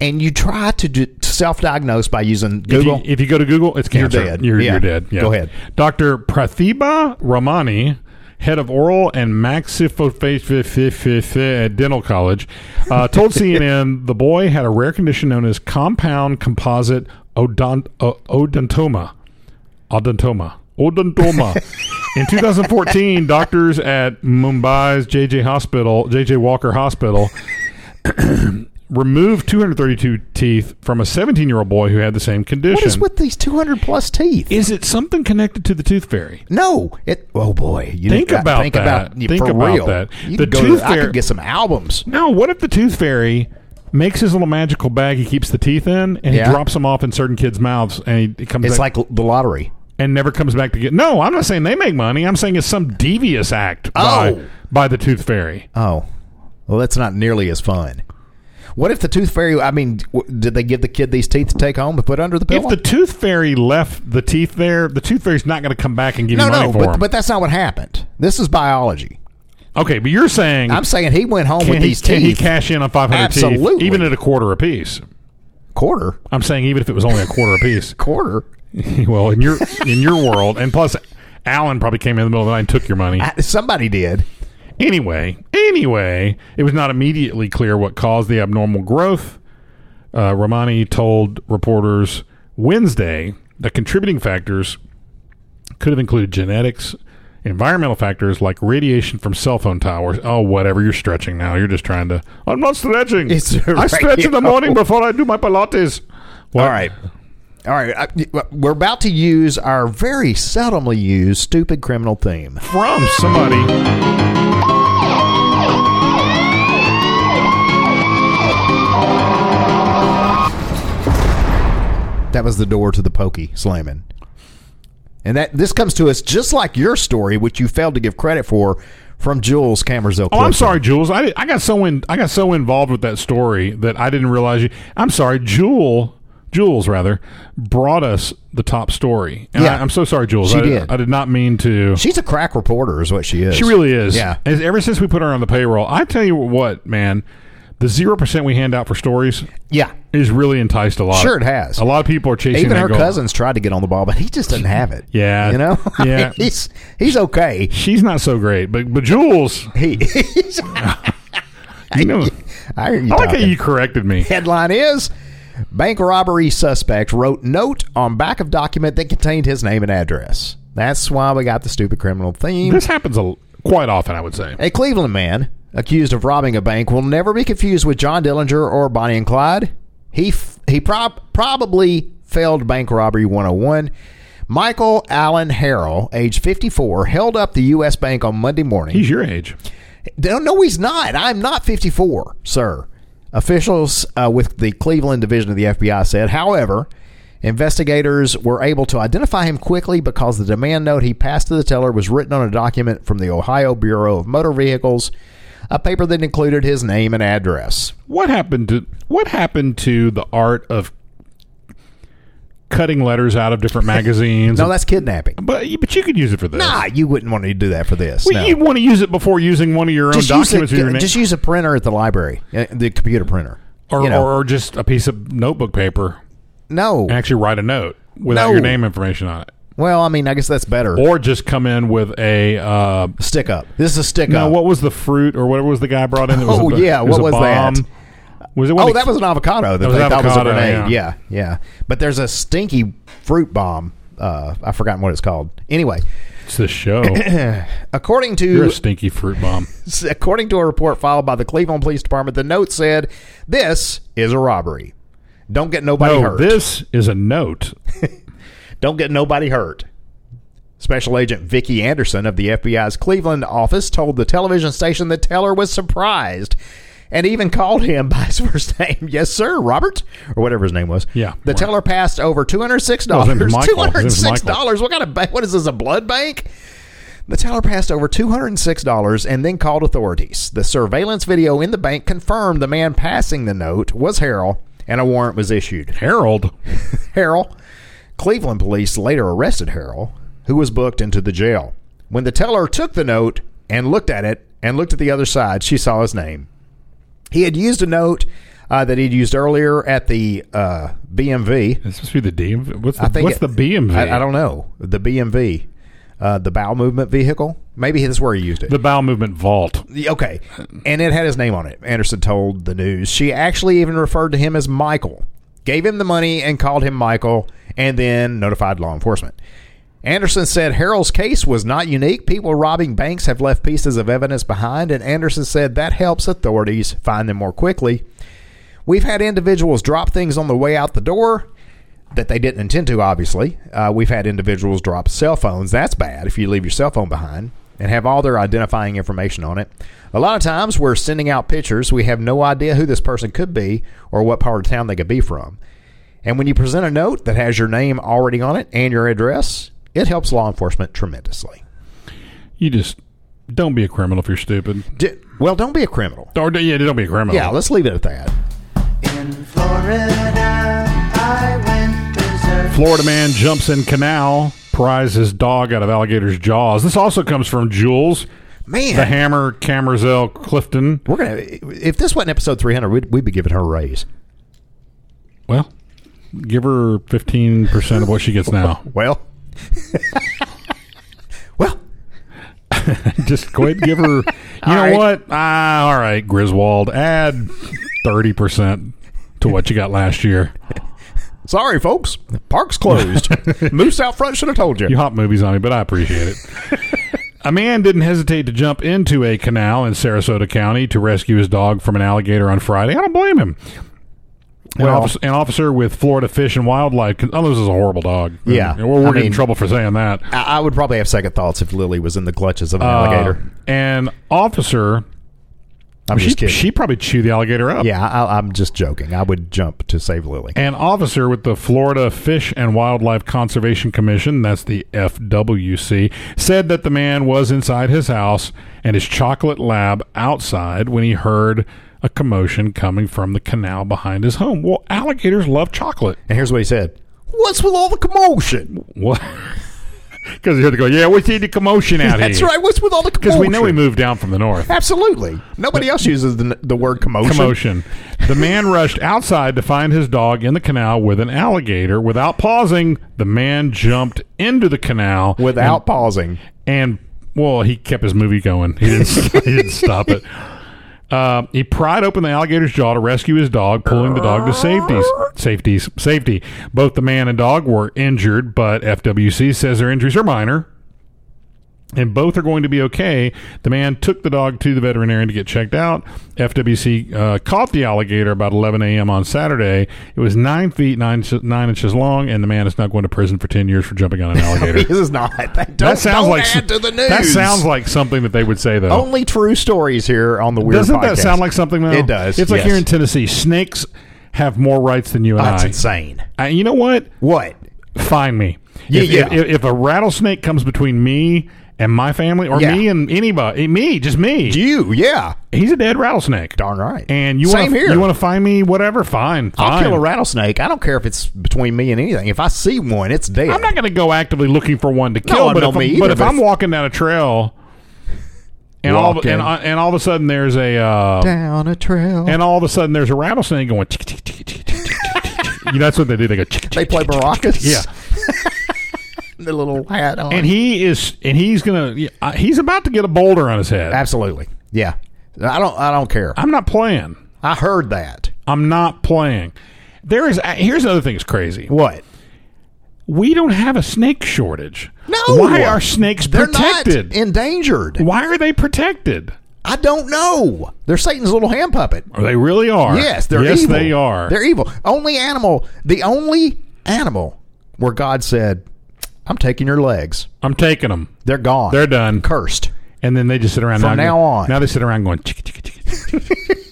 and you try to do, self-diagnose by using If you, Google. if you go to Google, it's cancer. dead. You're, Yeah. you're dead. Yeah. Go ahead. Dr. Prathiba Ramani, head of oral and maxillofacial at Dental College, uh, told CNN the boy had a rare condition known as compound composite odont- uh, odontoma. Odontoma. Odontoma. In 2014, doctors at Mumbai's JJ Hospital, JJ Walker Hospital, removed 232 teeth from a 17-year-old boy who had the same condition. what is with these two hundred plus teeth? Is it something connected to the tooth fairy? no, it. Oh boy, you Think got- about think that. about Think for about real. that. You The could go tooth to, I fairy- could get some albums. No, what if the tooth fairy makes his little magical bag he keeps the teeth in and Yeah. he drops them off in certain kids' mouths and he- he comes It's back like the lottery. and never comes back to get No, I'm not saying they make money. I'm saying it's some devious act by Oh. by the tooth fairy. Oh, well, that's not nearly as fun. What if the tooth fairy? I mean, w- did they give the kid these teeth to take home to put under the pillow? If the tooth fairy left the teeth there, the tooth fairy's not going to come back and give no, you money no, for but, them. but that's not what happened. This is biology. okay, but you're saying I'm saying he went home can, with he, these can he teeth. cash in on 500 teeth Absolutely. even at a quarter apiece? quarter, I'm saying even if it was only a quarter apiece. quarter. well, in your in your world, and plus, Alan probably came in the middle of the night and took your money. I- somebody did. Anyway, anyway, it was not immediately clear what caused the abnormal growth. Uh, Romani told reporters Wednesday that contributing factors could have included genetics, environmental factors like radiation from cell phone towers. Oh, whatever, you're stretching now. You're just trying to. I'm not stretching. It's I stretch in the right. morning before I do my pilates. What? All right. All right, I- we're about to use our very seldomly used stupid criminal theme. from somebody. That was the door to the pokey slamming. And that this comes to us just like your story, which you failed to give credit for, from Jules Camerzell. Oh, I'm sorry, Jules. I, I got so in, I got so involved with that story that I didn't realize you. I'm sorry, Jewel. Jules, rather, brought us the top story. And Yeah. I, am so sorry, Jules. She I, did. I did not mean to. She, She's a crack reporter, is what she is. really is. Yeah. As- ever since we put her on the payroll, I tell you what, man, the 0% we hand out for stories Yeah. is really enticed a lot. Sure it has. A lot of people are chasing Even that her goal. cousins tried to get on the ball, but he just didn't have it. Yeah. You know? Yeah. he's he's okay. She's not so great, but, but Jules, He, he's, you know, I hear you. I like how talking. you corrected me. Headline is Bank robbery suspect wrote note on back of document that contained his name and address. That's why we got the stupid criminal theme. This happens a, quite often, I would say. A Cleveland man accused of robbing a bank will never be confused with John Dillinger or Bonnie and Clyde. He f- he prob- probably failed bank robbery 101. Michael Allen Harrell, age 54, held up the U.S. bank on Monday morning. He's your age. No, no, he's not. I'm not 54, sir. Officials uh, with the Cleveland division of the FBI said. However, investigators were able to identify him quickly because the demand note he passed to the teller was written on a document from the Ohio Bureau of Motor Vehicles, a paper that included his name and address. What happened to what happened to the art of cutting letters out of different magazines? No, that's kidnapping. but but you could use it for this. Nah, you wouldn't want to do that for this. Well, no. You'd want to use it before using one of your own just, use documents with your a, name, just use a printer at the library, uh, the computer printer. or, You know. or just a piece of notebook paper no. and actually write a note without No. your name information on it, Well, I mean, I guess that's better. or just come in with a. Uh, stick up. This is a stick now, up. what was the fruit or whatever was the guy brought in? That was Oh, a, yeah, it was what a was bomb? that? Was it? when Oh, the- that was an avocado that was they thought was a avocado, grenade. Yeah. yeah, But there's a stinky fruit bomb uh, I've forgotten what it's called. Anyway, It's the show. according to You're a stinky fruit bomb. According to a report filed by the Cleveland Police Department, the note said, "This is a robbery. Don't get nobody No, hurt. Oh, this is a note. Don't get nobody hurt." Special Agent Vicki Anderson of the FBI's Cleveland office told the television station that Teller was surprised and even called him by his first name. Yes, sir, Robert, or whatever his name was. Yeah, The right. teller passed over two hundred six Well, his name dollars. was Two Michael. hundred His name six was Michael. dollars. What kind of bank? What is this? A blood bank? The teller passed over $206 and then called authorities. The surveillance video in the bank confirmed the man passing the note was Harrell, and a warrant was issued. Harold. Harrell, Cleveland police later arrested Harrell, who was booked into the jail. When the teller took the note and looked at it and looked at the other side, she saw his name. He had used a note uh, that he'd used earlier at the uh, BMV. This must be the DMV. What's the, I think what's it- the BMV? I, I don't know. The BMV, uh, the bowel movement vehicle. Maybe that's where he used it. The bowel movement vault. Okay. And it had his name on it, Anderson told the news. She actually even referred to him as Michael, gave him the money and called him Michael, and then notified law enforcement. Anderson said Harold's case was not unique. People robbing banks have left pieces of evidence behind, and Anderson said that helps authorities find them more quickly. We've had individuals drop things on the way out the door that they didn't intend to, obviously. Uh, we've had individuals drop cell phones. That's bad if you leave your cell phone behind and have all their identifying information on it. A lot of times we're sending out pictures. We have no idea who this person could be or what part of town they could be from. And when you present a note that has your name already on it and your address, it helps law enforcement tremendously. You just don't be a criminal if you're stupid. D- well, don't be a criminal. Or yeah, don't be a criminal. Yeah, let's leave it at that. In Florida, I went berserk. Florida man jumps in canal, pries his dog out of alligator's jaws. This also comes from Jules, Man, the hammer Camerzell Clifton. we're gonna. If this wasn't episode three hundred, we'd, we'd be giving her a raise. Well, give her fifteen percent of what she gets now. Well, well, Just go ahead and give her. You know right. what? Ah, all right, Griswold, add thirty percent to what you got last year. sorry, folks. Park's closed. Moose out front should have told you. You hop movies on me, but I appreciate it. a man didn't hesitate to jump into a canal in Sarasota County to rescue his dog from an alligator on Friday. I don't blame him. An, Well- officer, an officer with Florida Fish and Wildlife. Oh, this is a horrible dog. Yeah. we're, we're I getting mean- in trouble for saying that. I, I would probably have second thoughts if Lily was in the clutches of an Uh, alligator. an officer. I'm She, just kidding. she probably chewed the alligator up. yeah, I, I'm just joking. I would jump to save Lily. An officer with the Florida Fish and Wildlife Conservation Commission, that's the FWC, said that the man was inside his house and his chocolate lab outside when he heard a commotion coming from the canal behind his home. Well, alligators love chocolate. And here's what he said: What's with all the commotion? What? Because you had to go, yeah, we see the commotion out That's here. right. What's with all the Because commotion? we know he moved down from the north. Absolutely. Nobody else uses the, the word commotion. Commotion. The man rushed outside to find his dog in the canal with an alligator. Without pausing, the man jumped into the canal without pausing. and well, he kept his movie going. He didn't, he didn't stop it. Uh, he pried open the alligator's jaw to rescue his dog, pulling the dog to safety. Safety, safety. Both the man and dog were injured, but FWC says their injuries are minor, and both are going to be okay. The man took the dog to the veterinarian to get checked out. FWC uh, caught the alligator about 11 a.m. on Saturday. It was nine feet nine inches- nine inches long, and the man is not going to prison for 10 years for jumping on an alligator. This is not. Don't, That sounds don't like add to the news. That sounds like something that they would say though. only true stories here on the weird. Doesn't Oh, that Podcast. sound like something though? It does, It's like yes. here in Tennessee, snakes have more rights than you and That's I. insane. I. You know what? What? Find me. Yeah, if, yeah. If, if a rattlesnake comes between me and my family, or Yeah. me and anybody, eh, me, just me, You? Yeah. he's a dead rattlesnake. Darn right. And you same want here. you want to find me, whatever. Fine, I'll fine. kill a rattlesnake. I don't care if it's between me and anything. If I see one, it's dead. I'm not going to go actively looking for one to No, kill, I but, don't if, I'm- me either, but if but I'm if- walking down a trail, and all of, Walking. and, I- and all of a sudden there's a uh, down a trail. and all of a sudden there's a rattlesnake going. tick, tick, tick, tick, tick, tick, tick, tick. you know, that's what they do. They go. tick, tick, they play maracas. Yeah, the little hat on. and he is, and he's gonna, uh, he's about to get a boulder on his head. Absolutely. Yeah. I don't. I don't care. I'm not playing. I heard that. I'm not playing. There is. uh, Here's another thing that's crazy. What? we don't have a snake shortage. No. Why are snakes They're protected? not endangered. Why are they protected? I don't know. They're Satan's little hand puppet. Or they really are. Yes, they're yes, evil. they are. They're evil. Only animal, the only animal where God said, "I'm taking your legs. I'm taking them. They're gone. They're done. cursed." And then they just sit around From now, now on. Now they sit around going chicka chicka chicka.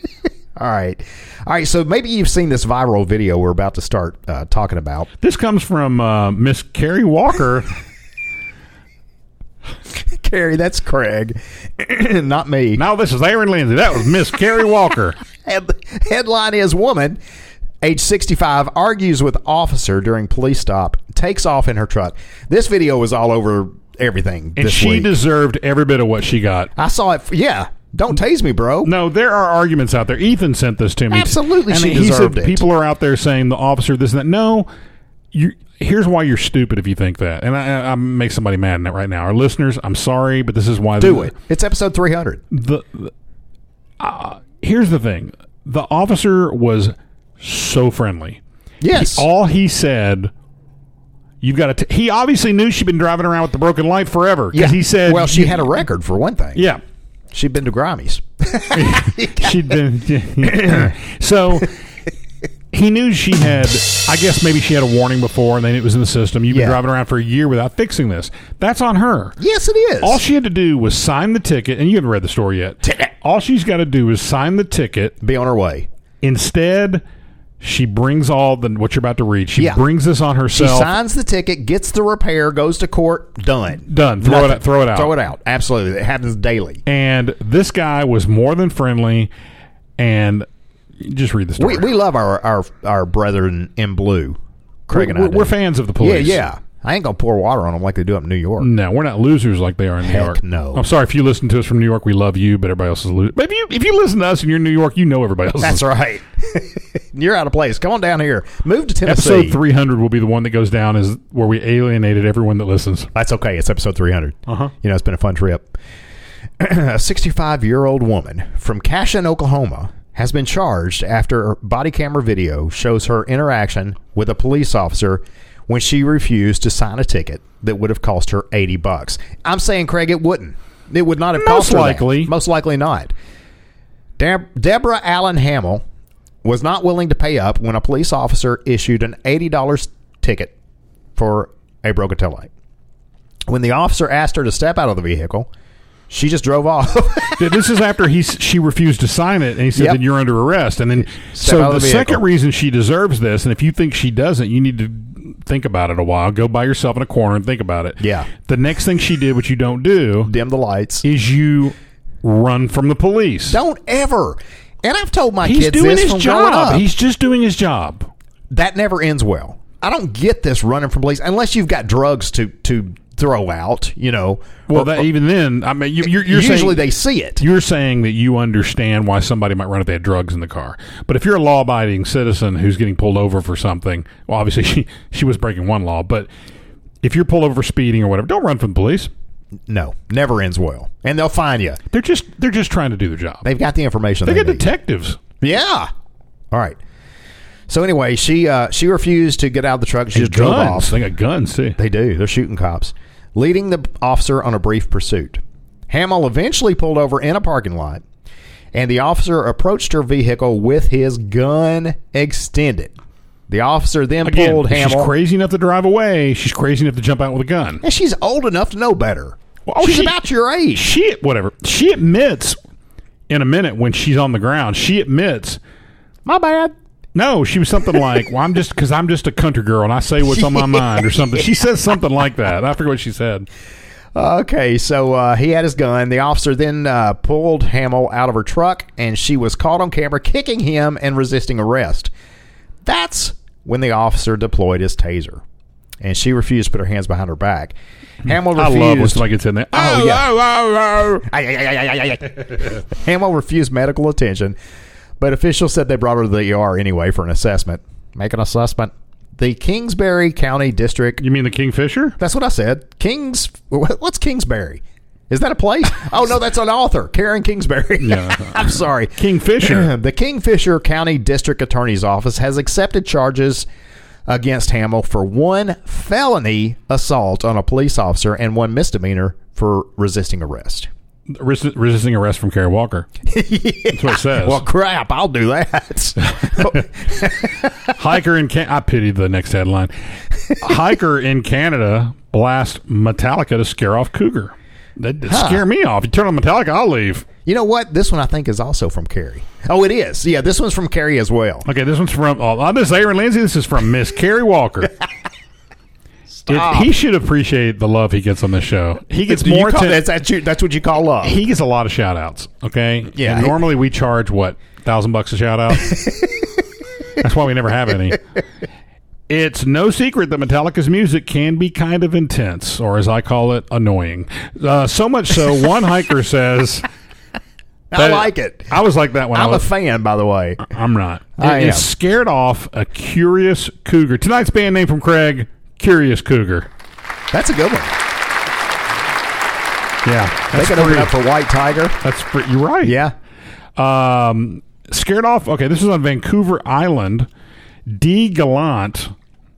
All right, all right. So maybe you've seen this viral video we're about to start uh, talking about. this comes from uh, Miss Carrie Walker. Carrie, that's Craig, not me. now this is Aaron Lindsay. That was Miss Carrie Walker. Head- headline is woman, age 65, argues with officer during police stop, takes off in her truck. This video was all over everything And this she week. deserved every bit of what she got. I saw it. f- Yeah, don't tase me, bro. No, there are arguments out there. Ethan sent this to me. Absolutely, and she he deserved said, it. People are out there saying the officer this and that. No, you. Here's why you're stupid if you think that. And I, I, I make somebody mad in it right now. Our listeners, I'm sorry, but this is why Do it. It's episode 300. the, the- uh, here's the thing the officer was so friendly Yes. all he said you've got to he obviously knew she'd been driving around with the broken light forever because Yeah. he said Well, she had a record for one thing. yeah She'd been to Grammys. she'd been so he knew she had i guess maybe she had a warning before and then it was in the system you've been Yeah. driving around for a year without fixing this that's on her yes, it is. all she had to do was sign the ticket and you haven't read the story yet all she's got to do is sign the ticket Be on her way. Instead, she brings all the what you're about to read. She Yeah. brings this on She herself. signs the ticket, gets the repair, goes to court, done. Done. Throw it. Nothing. out- Throw it out. Throw it out. Absolutely. It happens daily. And this guy was more than friendly. And just read the story. We, we love our, our, our brethren in blue. Craig and I. we're, do. we're fans of Mm. the Yeah, police. yeah. I ain't going to pour water on them like they do up in New York. No, we're not losers like they are in New Heck York. no. I'm sorry if you listen to us from New York, we love you, but everybody else is a loser. But if you if you listen to us and you're in New York, you know everybody else. That's is. right. You're out of place. Come on down here. Move to Tennessee. Episode 300 will be the one that goes down as where we alienated everyone that listens. That's okay. It's episode 300. Uh-huh. You know, it's been a fun trip. a 65 year old woman from Cashin, Oklahoma, has been charged after body camera video shows her interaction with a police officer when she refused to sign a ticket that would have cost her 80 bucks. I'm saying, Craig, it wouldn't. It would not have cost Most her that. likely. Most likely not. Deb- Deborah Allen Hamill was not willing to pay up when a police officer issued an $80 ticket for a broken taillight. When the officer asked her to step out of the vehicle, she just drove off. Th- this is after he s- she refused to sign it, and he said, Yep. "Then you're under arrest." And then, Step out so of the, the vehicle. second reason she deserves this, and if you think she doesn't, you need to think about it a while. Go by yourself in a corner and think about it. Yeah. The next thing she did, which you don't do, Dim the lights. is you run from the police. Don't ever. And I've told my He's kids doing this his from growing job. up. He's just doing his job. that never ends well. I don't get this running from police unless you've got drugs to to throw out. You know. Well, Or- that or- even then, I mean, you, you're, you're uh, usually saying, they see it. You're saying that you understand why somebody might run if they had drugs in the car. But if you're a law abiding citizen who's getting pulled over for something, well, obviously she, she was breaking one law, but if you're pulled over for speeding or whatever, don't run from the police. no, never ends well, and they'll find you. They're just they're just trying to do their job. They, They've got the information. They, got need. detectives. Yeah. All right. So anyway, she uh, she refused to get out of the truck. She just drove guns. off. They got guns too. They do. They're shooting cops, leading the officer on a brief pursuit. Hamill eventually pulled over in a parking lot, and the officer approached her vehicle with his gun extended. The officer then Again, pulled if she's Hamill. crazy enough to drive away. She's crazy enough to jump out with a gun. and she's old enough to know better. Well, oh, she's she- about your age. She whatever. She admits in a minute when she's on the ground. She admits My bad. No, she was something like, "Well, I'm just because I'm just a country girl and I say what's on my mind or something." She says something like that. I forget what she said. Okay, so uh, he had his gun. The officer then uh, pulled Hamill out of her truck, and she was caught on camera kicking him and resisting arrest. That's when the officer deployed his taser, and she refused to put her hands behind her back. Hamill Hmm. I refused. love when somebody gets in there. Oh, yeah. oh, oh, oh. Ay, ay, ay, ay, ay, ay, ay. Hamill refused medical attention, but officials said they brought her to the ER anyway for an assessment. Make an assessment. The Kingsbury County District You mean the Kingfisher? That's what I said. Kings. What's Kingsbury? Is that a place? Oh no, that's an author, Karen Kingsbury. Yeah. I'm sorry. Kingfisher. the Kingfisher County District Attorney's Office has accepted charges against Hamill for one felony assault on a police officer and one misdemeanor for resisting arrest. Resist, resisting arrest from Kerry Walker. That's what it says. Well, crap! I'll do that. Hiker in Can- I pity the next headline. Hiker in Canada blast Metallica to scare off cougar. That that Huh. scare me off. You turn on Metallica, I'll leave. you know what? This one I think is also from Carrie. Oh, it is. Yeah, this one's from Carrie as well. Okay, this one's from. Oh, uh, this is Aaron Lindsay. This is from Miss Carrie Walker. Dude, he should appreciate the love he gets on this show. He gets Do you more. call- atten- that's, that's, you- that's what you call love. he gets a lot of shout outs. Okay. Yeah, And he- normally we charge what thousand bucks a shout out. That's why we never have any. It's no secret that Metallica's music can be kind of intense, or as I call it, annoying. Uh, so much so, one hiker says, I like it. I was like that when i I'm a was. fan, by the way. I'm not. I it, it am. scared off a curious cougar. Tonight's band name from Craig, Curious Cougar. That's a good one. Yeah, They that's could open pretty- up for White Tiger. That's pretty. You're right. Yeah. Um, scared off. Okay, this is on Vancouver Island. D. Gallant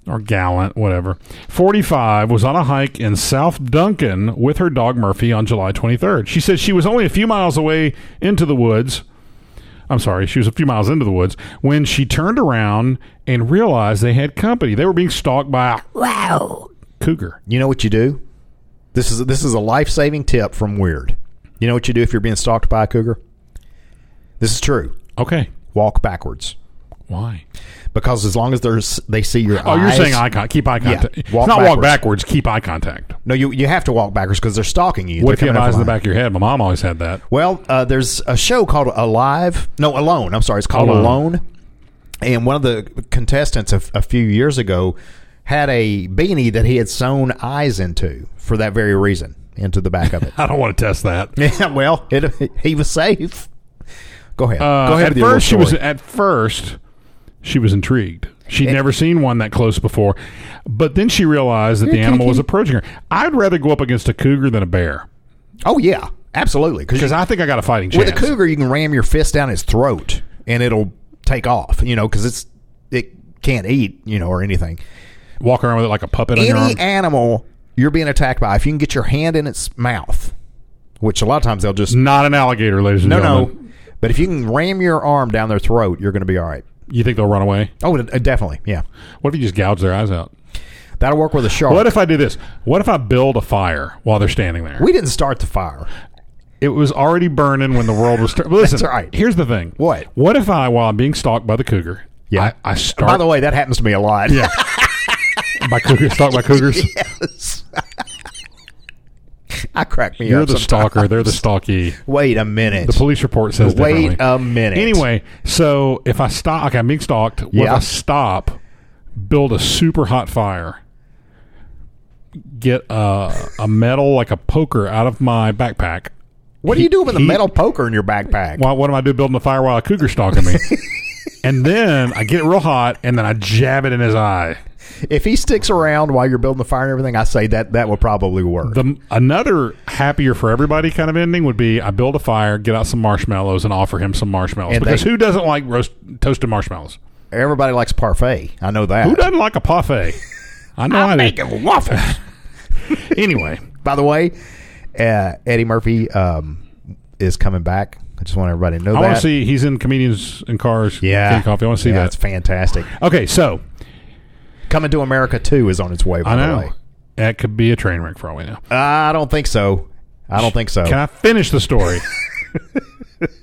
or Gallant, whatever. Forty-five was on a hike in South Duncan with her dog Murphy on July 23rd. She said she was only a few miles away into the woods. I'm sorry, she was a few miles into the woods when she turned around and realized they had company. They were being stalked by a wow cougar. You know what you do? This is this is a life saving tip from Weird. You know what you do if you're being stalked by a cougar? This is true. Okay, Walk backwards why? because as long as there's they see your Oh, eyes. you're saying eye con- keep eye contact. It's walk not walk backwards. backwards, keep eye contact. no, you you have to walk backwards because they're stalking you. What if They're you have coming eyes in up the behind. back of your head? My mom always had that. Well, uh, there's a show called Alive. No, Alone. I'm sorry, it's called Alone. Alone. And one of the contestants a, a few years ago had a beanie that he had sewn eyes into for that very reason, into the back of it. I don't want to test that. Yeah, well, it, he was safe. Go ahead. Uh, Go ahead. At with your first, she little was story. at first she was intrigued. She'd never seen one that close before, but then she realized that the animal was approaching her. I'd rather go up against a cougar than a bear oh yeah, absolutely. because Because I think I got a fighting chance. with a cougar, you can ram your fist down its throat and it'll take off. You know, because it's it can't eat. You know, or anything. walk around with it like a puppet on your arm. Any animal you're being attacked by, if you can get your hand in its mouth, which a lot of times they'll just Not an alligator, ladies and no no. gentlemen. But if you can ram your arm down their throat, you're going to be all right. You think they'll run away? Oh, d- definitely, yeah. What if you just gouge their eyes out? That'll work with a shark. What if I do this? What if I build a fire while they're standing there? we didn't start the fire? It was already burning when the world was. Ter- Listen, all right. here's the thing. What? What if I, while I'm being stalked by the cougar, Yeah. I, I start By the way, that happens to me a lot. Yeah. by cougars, stalked by cougars. I crack me You're up. the sometimes. stalker. They're the stalkie. Wait a minute. The police report says Wait differently. a minute. Anyway, so if I stop, okay, I'm being stalked. What if Yeah. I stop, build a super hot fire, get a, a metal like a poker out of my backpack. what do you do with a He- metal poker in your backpack? Why, what am I doing building a fire while a cougar's stalking me? and then I get it real hot, and then I jab it in his eye. if he sticks around while you're building the fire and everything, I say that that will probably work. The another happier for everybody kind of ending would be I build a fire, get out some marshmallows, and offer him some marshmallows And because they- who doesn't like roast toasted marshmallows? Everybody likes parfait. I know that. Who doesn't like a parfait? I know I, do. waffles. Anyway, By the way, uh, Eddie Murphy um, is coming back. I just want everybody to know I that. want to see he's in comedians in cars. Yeah, Getting coffee. I want to see Yeah, It's that. fantastic. Okay, so Coming to America too is on its way. By I the know way, that could be a train wreck for all we know. I don't think so. I don't think so. Can I finish the story?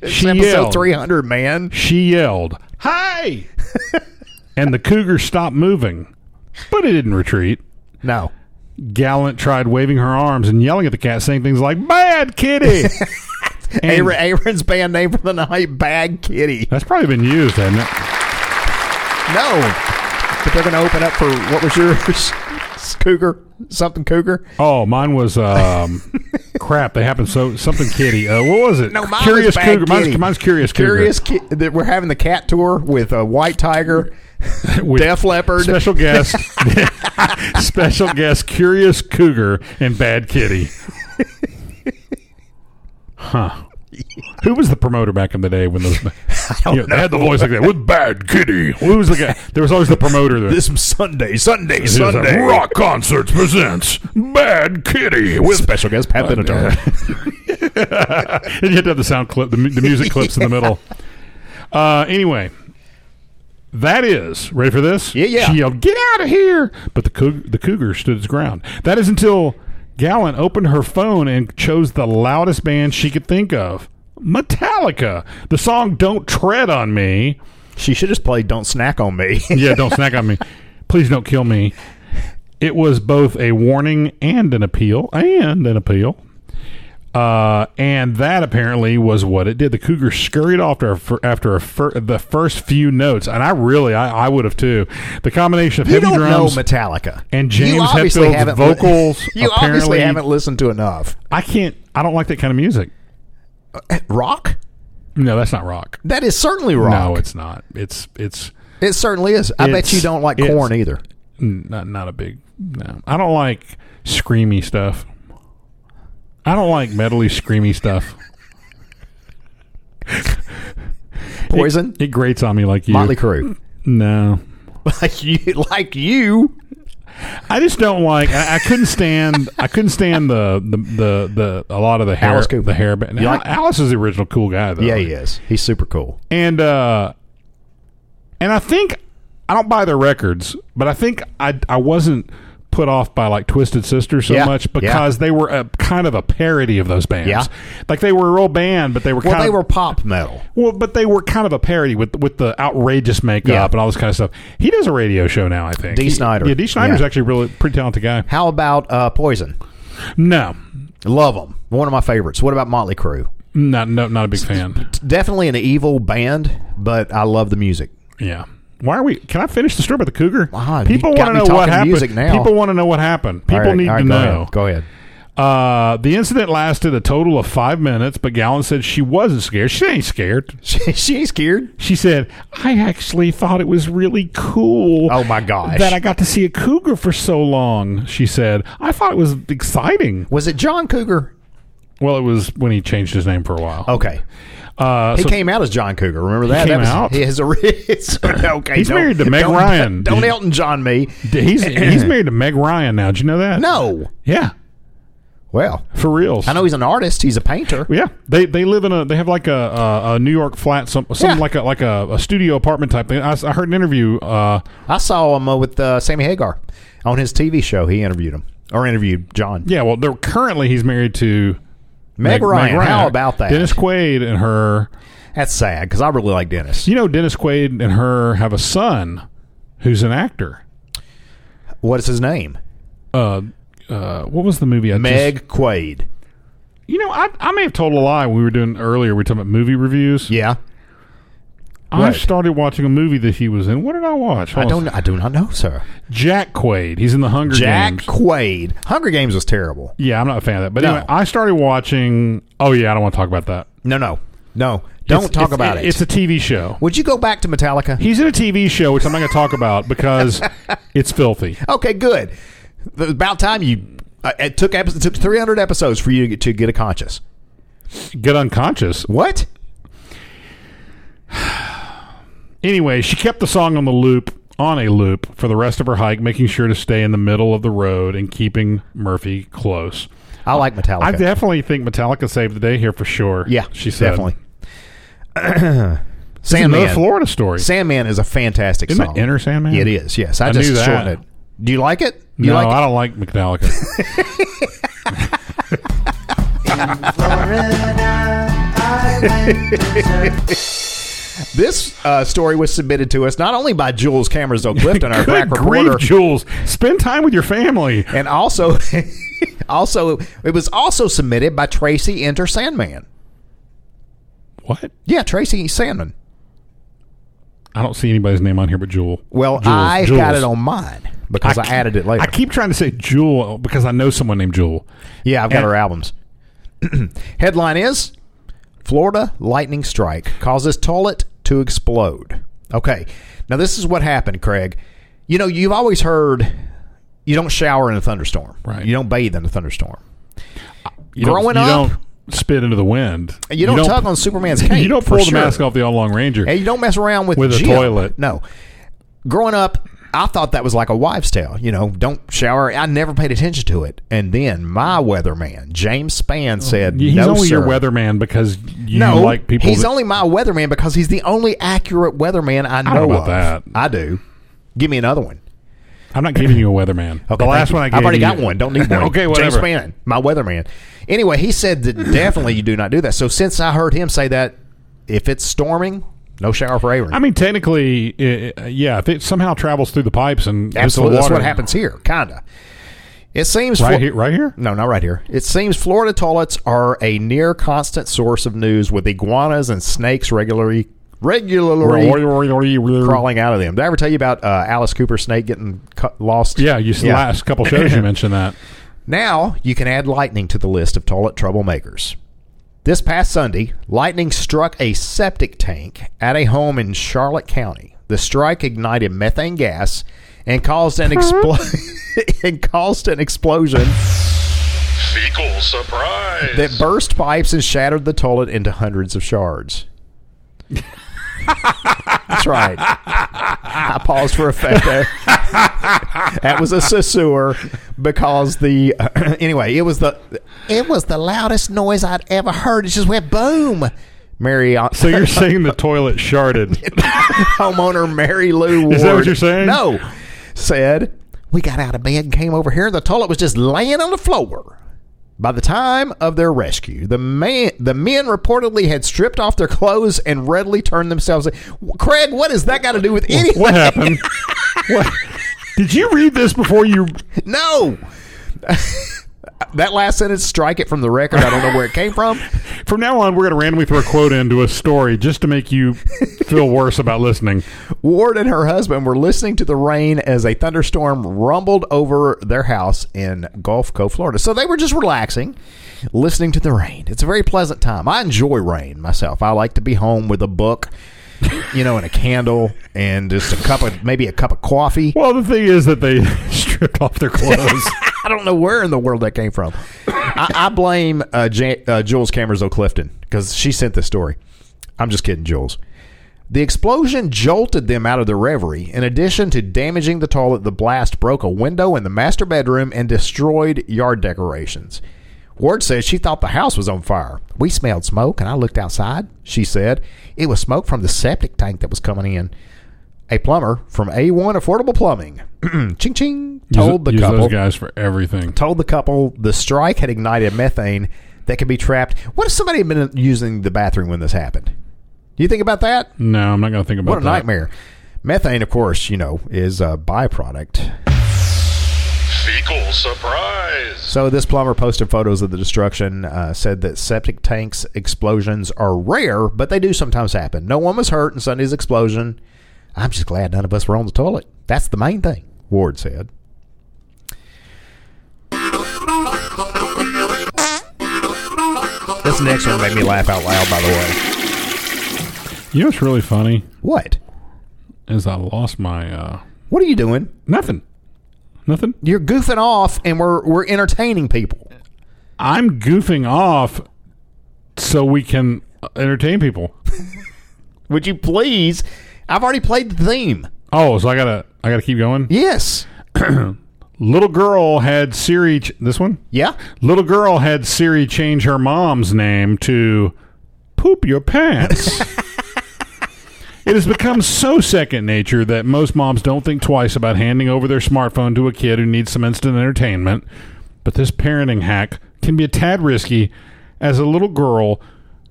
she Episode yelled. three hundred, man. She yelled, "Hey!" and the cougar stopped moving, but it didn't retreat. No, Gallant tried waving her arms and yelling at the cat, saying things like "Bad kitty." and Aaron, Aaron's band name for the night, Bad Kitty. that's probably been used, hasn't it? No, but they're going to open up for what was yours, Cougar, something Cougar. Oh, mine was um, crap. They happened so something kitty. Uh, what was it? No, mine curious was Bad cougar. Mine's, Kitty. mine's curious, Curious ki- that we're having the cat tour with uh, White Tiger, cougar. With Def Leppard. Special guest. special guest. Curious cougar and bad kitty. Huh. Who was the promoter back in the day when those you know, they had the voice like that with Bad Kitty? Who was the guy? There was always the promoter. That, This Sunday, Sunday, He was like, Sunday. rock concerts presents Bad Kitty with Special guest Pat Benatar. and you had to have the sound clip, the, mu- the music clips in the middle. Uh, anyway, that is ready for this. Yeah, yeah. She yelled, "Get out of here!" But the coug- the cougar stood its ground. That is until Gallant opened her phone and chose the loudest band she could think of, Metallica. The song "Don't Tread on Me." She should just play "Don't Snack on Me." Yeah, don't snack on me. Please don't kill me. It was both a warning and an appeal, and an appeal. Uh, and that apparently was what it did. The cougar scurried off to her- after a fir- the first few notes, and I really, I, I would have too. The combination of you heavy don't drums know Metallica and You James obviously Hetfield's haven't li- vocals. you obviously apparently, haven't listened to enough Uh, I can't. I don't like that kind of music. rock. No, that's not rock. That is certainly rock. No, it's not. It's it's it certainly is. I bet It's- you don't like it's- corn either. not not a big no. I don't like screamy stuff. I don't like metally screamy stuff. Poison, It grates on me like you. Motley Crue, no, like you, like you. I just don't like. I, I couldn't stand. I couldn't stand the the the, the a lot of the hair. Alice Cooper. The hair. But You like- Alice is the original cool guy though. Yeah, he is. He's super cool. and uh and I think I don't buy their records, but I think I I wasn't put off by like Twisted Sister so Yeah, much yeah. because they were a kind of a parody of those bands. Yeah. Like they were a real band, but they were Well, kind they of were pop metal. well, but they were kind of a parody with with the outrageous makeup Yeah. and all this kind of stuff. He does a radio show now, I think. Dee He- Snider. Yeah, D. Snyder's Yeah. actually really pretty talented guy. How about uh, Poison? No. Love them. One of my favorites. What about Motley Crue? Not no, not a big fan. Definitely an evil band, but I love the music. Yeah. Why are we? Can I finish the story about the cougar? Wow, you People got want to me know what talking happened. music now. People want to know what happened. People All right, need all right, to go know. Ahead. Go ahead. Uh, the incident lasted a total of five minutes, but Gallen said she wasn't scared. She ain't scared. She, she's scared. She said, "I actually thought it was really cool. Oh, my gosh. that I got to see a cougar for so long." She said, "I thought it was exciting." Was it John Cougar? Well, it was when he changed his name for a while. Okay. uh, He so- came out as John Cougar. Remember that? that He came was out. His, his, okay, He's don't- married to Meg don't- Ryan. Don't Did- Elton John me. he's he's married to Meg Ryan now. Did you know that? No. Yeah, Well, for reals. I know he's an artist. He's a painter. Yeah, they they live in a they have like a a, a New York flat some some Yeah. like a like a, a studio apartment type thing. I, s- I heard an interview. Uh, I saw him uh, with uh, Sammy Hagar on his TV show. He interviewed him or interviewed John. yeah, well, they're currently he's married to Meg, Ryan, How about that? Dennis Quaid and her. That's sad because I really like Dennis. You know, Dennis Quaid and her have a son who's an actor. What is his name? Uh, uh, what was the movie? I just- Meg Quaid. you know, I I may have told a lie. when We were doing earlier. We were talking about movie reviews. Yeah, I right. started watching a movie that he was in. What did I watch? I Hold on. don't. I do not know, sir. Jack Quaid. He's in the Hunger Jack Games. Quaid. Hunger Games was terrible. Yeah, I'm not a fan of that. But No. anyway, I started watching. Oh yeah, I don't want to talk about that. No, no, no. Don't It's- talk it's- about it. It's a TV show. Would you go back to Metallica? He's in a TV show, which I'm not going to talk about because it's filthy. Okay, good. Th- About time you. Uh, it took epi- it took 300 episodes for you to get, to get a conscious. Get unconscious. What? Anyway, she kept the song on the loop, on a loop for the rest of her hike, making sure to stay in the middle of the road and keeping Murphy close. I like Metallica. I definitely think Metallica saved the day here for sure. yeah, she said. definitely. It's another Sandman. Florida story. Sandman is a fantastic Isn't it song. Enter Sandman? It is. Yes, I, I just knew that. shortened it. Do you like it? You no, like I don't like Metallica. Florida, I went berserk. This uh, story was submitted to us not only by Jules Cameras O'Clifton, our black Good grief, reporter, Jules. Spend time with your family. and also, also it was also submitted by Tracy Enter Sandman. What? Yeah, Tracy Sandman. I don't see anybody's name on here but Jewel. Well, Jewel, I Jewels. got it on mine because I, ke- added it later. I keep trying to say Jewel because I know someone named Jewel. yeah, I've got and- her albums. Headline is Florida lightning strike causes toilet to explode. Okay, now this is what happened, Craig. You know, you've always heard you don't shower in a thunderstorm. Right. You don't bathe in a thunderstorm. You don't- Growing you up, don't- spit into the wind. And you don't, tug on Superman's cape. You don't for pull the sure. mask off the All Long Ranger. And you don't mess around with With a Jim. toilet. No. Growing up, I thought that was like a wives' tale. You know, don't shower. I never paid attention to it. And then my weatherman, James Spann, said, He's "No, only sir. your weatherman because you no, like people. He's that- only my weatherman because he's the only accurate weatherman I know know about of. that. I do. Give me another one. I'm not giving you a weatherman. Okay, the thank last you. one I gave I've already you- got one. Don't need one. okay, James whatever. Spann, my weatherman. Anyway, he said that definitely you do not do that. So since I heard him say that, if it's storming, no shower for Aaron. I mean, technically, uh, yeah. If it somehow travels through the pipes and hits the Absolutely, that's water- what happens here. Kinda. It seems right Flo- here. Right here. No, not right here. It seems Florida toilets are a near constant source of news with iguanas and snakes regularly regularly crawling out of them. Did I ever tell you about uh, Alice Cooper snake getting cut, lost? Yeah, you the last couple shows you mentioned that. Now you can add lightning to the list of toilet troublemakers. This past Sunday, lightning struck a septic tank at a home in Charlotte County. The strike ignited methane gas and caused an expl- and caused an explosion Fecal surprise. that burst pipes and shattered the toilet into hundreds of shards. That's right. I paused for effect there. that was a Saussure because the anyway, it was the it was the loudest noise I'd ever heard. It just went boom. Mary uh, So you're saying the toilet sharded? homeowner Mary Lou Ward. Is that what you're saying? No. Said, we got out of bed and came over here, and the toilet was just laying on the floor. By the time of their rescue, the man, the men reportedly had stripped off their clothes and readily turned themselves. Craig, what has that got to do with anything? What happened? what? Did you read this before you? No. that last sentence, strike it from the record. I don't know where it came from. From now on, we're going to randomly throw a quote into a story just to make you feel worse about listening. Ward and her husband were listening to the rain as a thunderstorm rumbled over their house in Gulf Coast, Florida. So they were just relaxing, listening to the rain. It's a very pleasant time. I enjoy rain myself. I like to be home with a book, you know, and a candle and just a cup of maybe a cup of coffee. Well, the thing is that they stripped off their clothes. I don't know where in the world that came from. I, I blame uh, Jan- uh, Jules Cameron Clifton because she sent this story. I'm just kidding, Jules. The explosion jolted them out of their reverie. In addition to damaging the toilet, the blast broke a window in the master bedroom and destroyed yard decorations. Ward says she thought the house was on fire. We smelled smoke and I looked outside, she said. It was smoke from the septic tank that was coming in. A plumber from A1 Affordable Plumbing, ching ching, told the use, couple those guys for everything. told the couple the strike had ignited methane that could be trapped. What if somebody had been using the bathroom when this happened? Do you think about that? No, I'm not going to think about What a that. nightmare. Methane, of course, you know, is a byproduct. Fecal surprise. So this plumber posted photos of the destruction, uh, said that septic tanks explosions are rare, but they do sometimes happen. No one was hurt in Sunday's explosion. I'm just glad none of us were on the toilet. That's the main thing, Ward said. This next one made me laugh out loud, by the way. You know what's really funny What? is I lost my uh, What are you doing? nothing, nothing. You're goofing off and we're we're entertaining people. I'm goofing off so we can uh, entertain people. Would you please? I've already played the theme. Oh, so I gotta I gotta keep going. Yes. Little girl had Siri. Ch- this one. Yeah. Little girl had Siri change her mom's name to poop your pants. it has become so second nature that most moms don't think twice about handing over their smartphone to a kid who needs some instant entertainment. But this parenting hack can be a tad risky as a little girl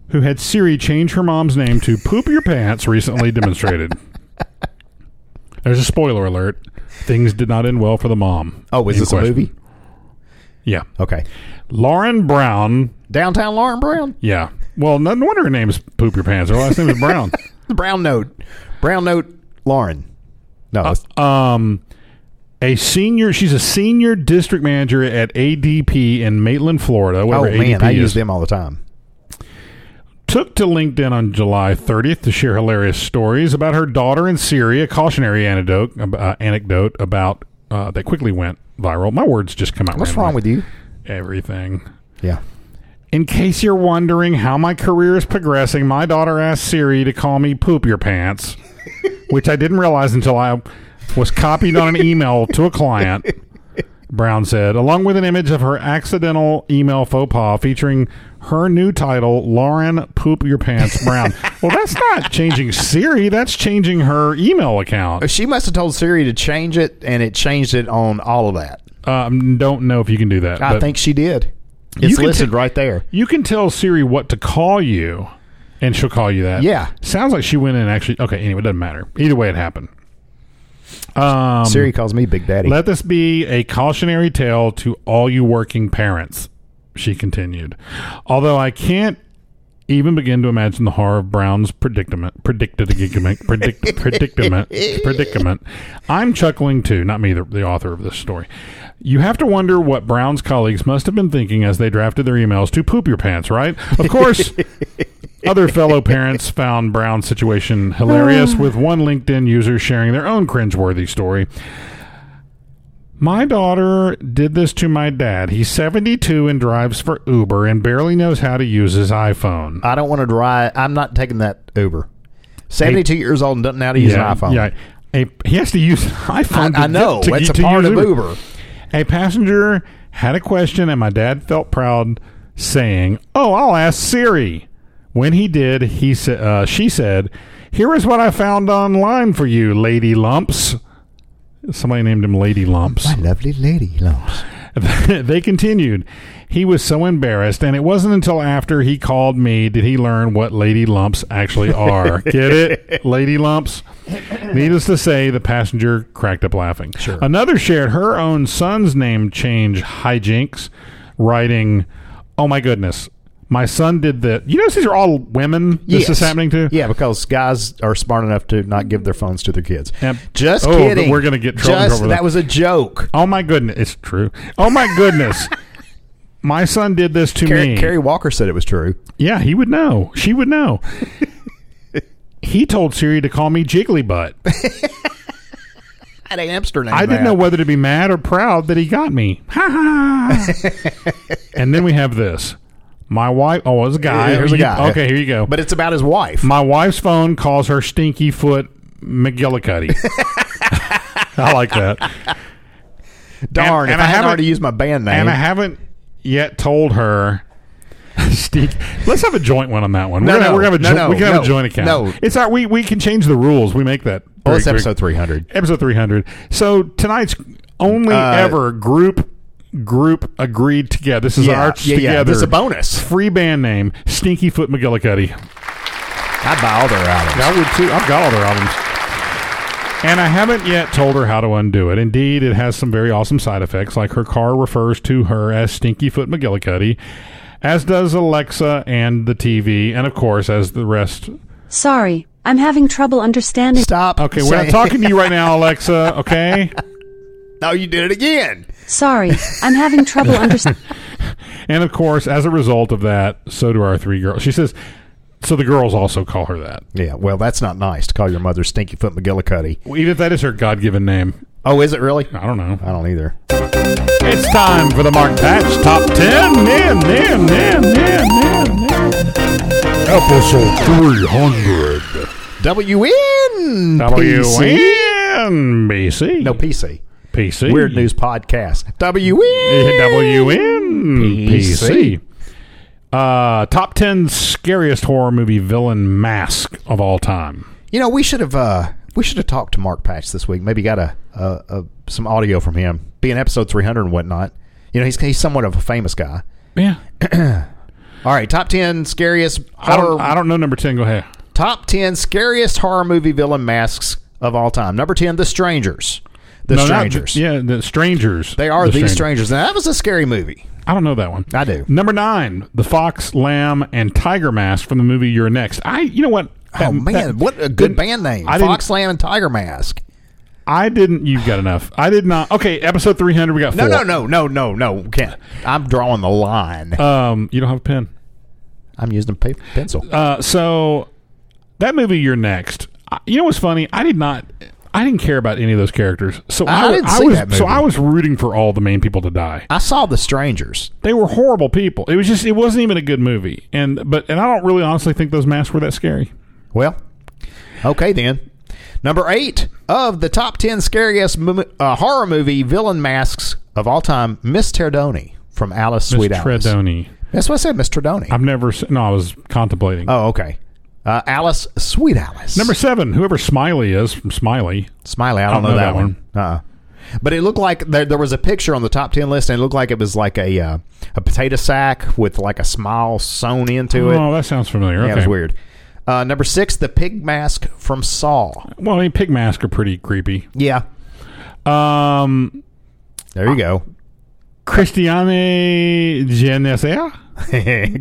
who had Siri change her mom's name to poop your pants recently demonstrated. There's a spoiler alert. Things did not end well for the mom. Oh, is in this a question. movie? Yeah. Okay. Lauren Brown Downtown Lauren Brown. Yeah. Well, no no wonder her name's Poop Your Pants. Her last name is Brown. The brown note. Brown note Lauren. No. it's- um, a senior. She's a senior district manager at ADP in Maitland, Florida. oh, Whatever man. ADP I is, use them all the time. Took to LinkedIn on July 30th to share hilarious stories about her daughter and Siri. A cautionary anecdote, uh, anecdote about uh, that quickly went viral. My words just come out. What's randomly. wrong with you? everything? Yeah. In case you're wondering how my career is progressing, my daughter asked Siri to call me Poop Your Pants, which I didn't realize until I was copied on an email to a client, Brown said, along with an image of her accidental email faux pas featuring her new title, Lauren Poop Your Pants Brown. well, that's not changing Siri, that's changing her email account. Uh, She must have told Siri to change it, and it changed it on all of that. Um, don't know if you can do that. Uh, I but- think she did. It's can listed ta- right there. You can tell Siri what to call you, and she'll call you that. Yeah. Sounds like she went in and actually. Okay, anyway, it doesn't matter. Either way, it happened. Um, Siri calls me Big Daddy. let this be a cautionary tale to all you working parents, she continued. Although I can't even begin to imagine the horror of Brown's predicament, predicted predicament, predict, predicament, predicament. I'm chuckling too, not me, the, the author of this story. You have to wonder what Brown's colleagues must have been thinking as they drafted their emails to poop your pants, right? Of course. Other fellow parents found Brown's situation hilarious, with one LinkedIn user sharing their own cringeworthy story. My daughter did this to my dad. He's 72 and drives for Uber and barely knows how to use his iPhone. I don't want to drive. I'm not taking that Uber. 72 years old and doesn't know how to use an iPhone. Yeah. A- he has to use an iPhone. I, I to- know. to- That's to a part use of Uber. A passenger had a question, and my dad felt proud, saying, "Oh, I'll ask Siri." When he did, he sa- uh, she said, "Here is what I found online for you, Lady Lumps." Somebody named him Lady Lumps. Lovely lady lumps. they continued. He was so embarrassed, and it wasn't until after he called me did he learn what lady lumps actually are. Get it? Lady lumps. Needless to say, the passenger cracked up laughing. Sure. Another shared her own son's name change hijinks, writing, Oh my goodness, my son did that. You notice these are all women this is happening to? Yeah, because guys are smart enough to not give their phones to their kids. Yep. Just Oh, kidding. we're gonna get trouble Just, over that. that was a joke. Oh my goodness. It's true. Oh my goodness. My son did this to Car- me. Carrie Walker said it was true. Yeah, he would know. She would know. he told Siri to call me Jigglybutt. Had a hamster name. I didn't know whether to be mad or proud that he got me. Ha ha. and then we have this. My wife. Oh, it was a guy. Here's a You- guy. Okay, here you go. But it's about his wife. my wife's phone calls her Stinky Foot McGillicuddy. I like that. Darn, if and I I, hadn't haven't- already used my band name. And I haven't yet told her. Stink. Let's have a joint one on that one. No, we're gonna, no, we're gonna have a no, joint. no, we can have no, a joint account. no. it's not. We we can change the rules. We make that. well, it's very- episode 300. episode 300 so tonight's only Uh, ever group group agreed together this is our yeah, together yeah. This is a bonus. free band name stinky foot mcgillicuddy I buy all their albums. i would too i've got all their albums and i haven't yet told her how to undo it indeed it has some very awesome side effects like her car refers to her as stinky foot mcgillicuddy as does alexa and the tv and of course as the rest Sorry, I'm having trouble understanding. Stop. okay we're not saying- talking to you right now alexa okay No, you did it again. Sorry, I'm having trouble understanding. And of course, as a result of that, so do our three girls. She says, so the girls also call her that. Yeah, well, that's not nice to call your mother Stinky Foot McGillicuddy. Well, Even if that is her God given name. Oh, is it really? I don't know. I don't either. It's time for the Mark Patch Top 10. Nin, nin, nin, nin, nin, nin. Episode 300. WN. WNBC. No, PC. PC. Weird News Podcast. E. WN. WNBC. Uh, top 10 scariest horror movie villain mask of all time. You know, we should have uh, we should have talked to Mark Patch this week. Maybe got a, a, a some audio from him. Being episode 300 and whatnot. You know, he's, he's somewhat of a famous guy. Yeah. All right, top 10 scariest I don't, horror I don't know number 10. Go ahead. Top 10 scariest horror movie villain masks of all time. Number 10, The Strangers. The No, not- Strangers. yeah, the strangers. They are the, Strangers. strangers. Now, that was a scary movie. I don't know that one. I do. Number nine, the fox, lamb, and tiger mask from the movie You're Next. I, you know what? Oh, That- man. that- what a good didn't- band name. I Fox didn't, Slam and Tiger Mask. I didn't. You've got enough. I did not. Okay, episode 300. We got No, four. no, no, no, no, no. Can't. I'm drawing the line. Um, you don't have a pen. I'm using a paper, pencil. Uh, so that movie You're Next. I, you know what's funny? I did not. I didn't care about any of those characters, so I I, was- didn't I see was that so movie. I was rooting for all the main people to die. I saw The Strangers. They were horrible people. It was just it wasn't even a good movie, and but and I don't really honestly think those masks were that scary. Well, okay then. Number eight of the top ten scariest mo- uh, horror movie villain masks of all time, Miss Terdoni from Alice Miss Sweet Alice. Tredoni. That's what I said, Miss Terdoni. I've never. se- No, I was contemplating. oh, okay. Uh, Alice Sweet Alice. Number seven, whoever Smiley is from Smiley. Smiley. I don't, know, that one. Uh-uh. But it looked like there, there was a picture on the top ten list, and it looked like it was like a uh, a potato sack with like a smile sewn into it. Oh, that sounds familiar. Yeah, okay. it was weird. Uh, number six, the pig mask from Saw. Well, I mean, pig masks are pretty creepy. Yeah, Um, there you go. Christiane Genesea,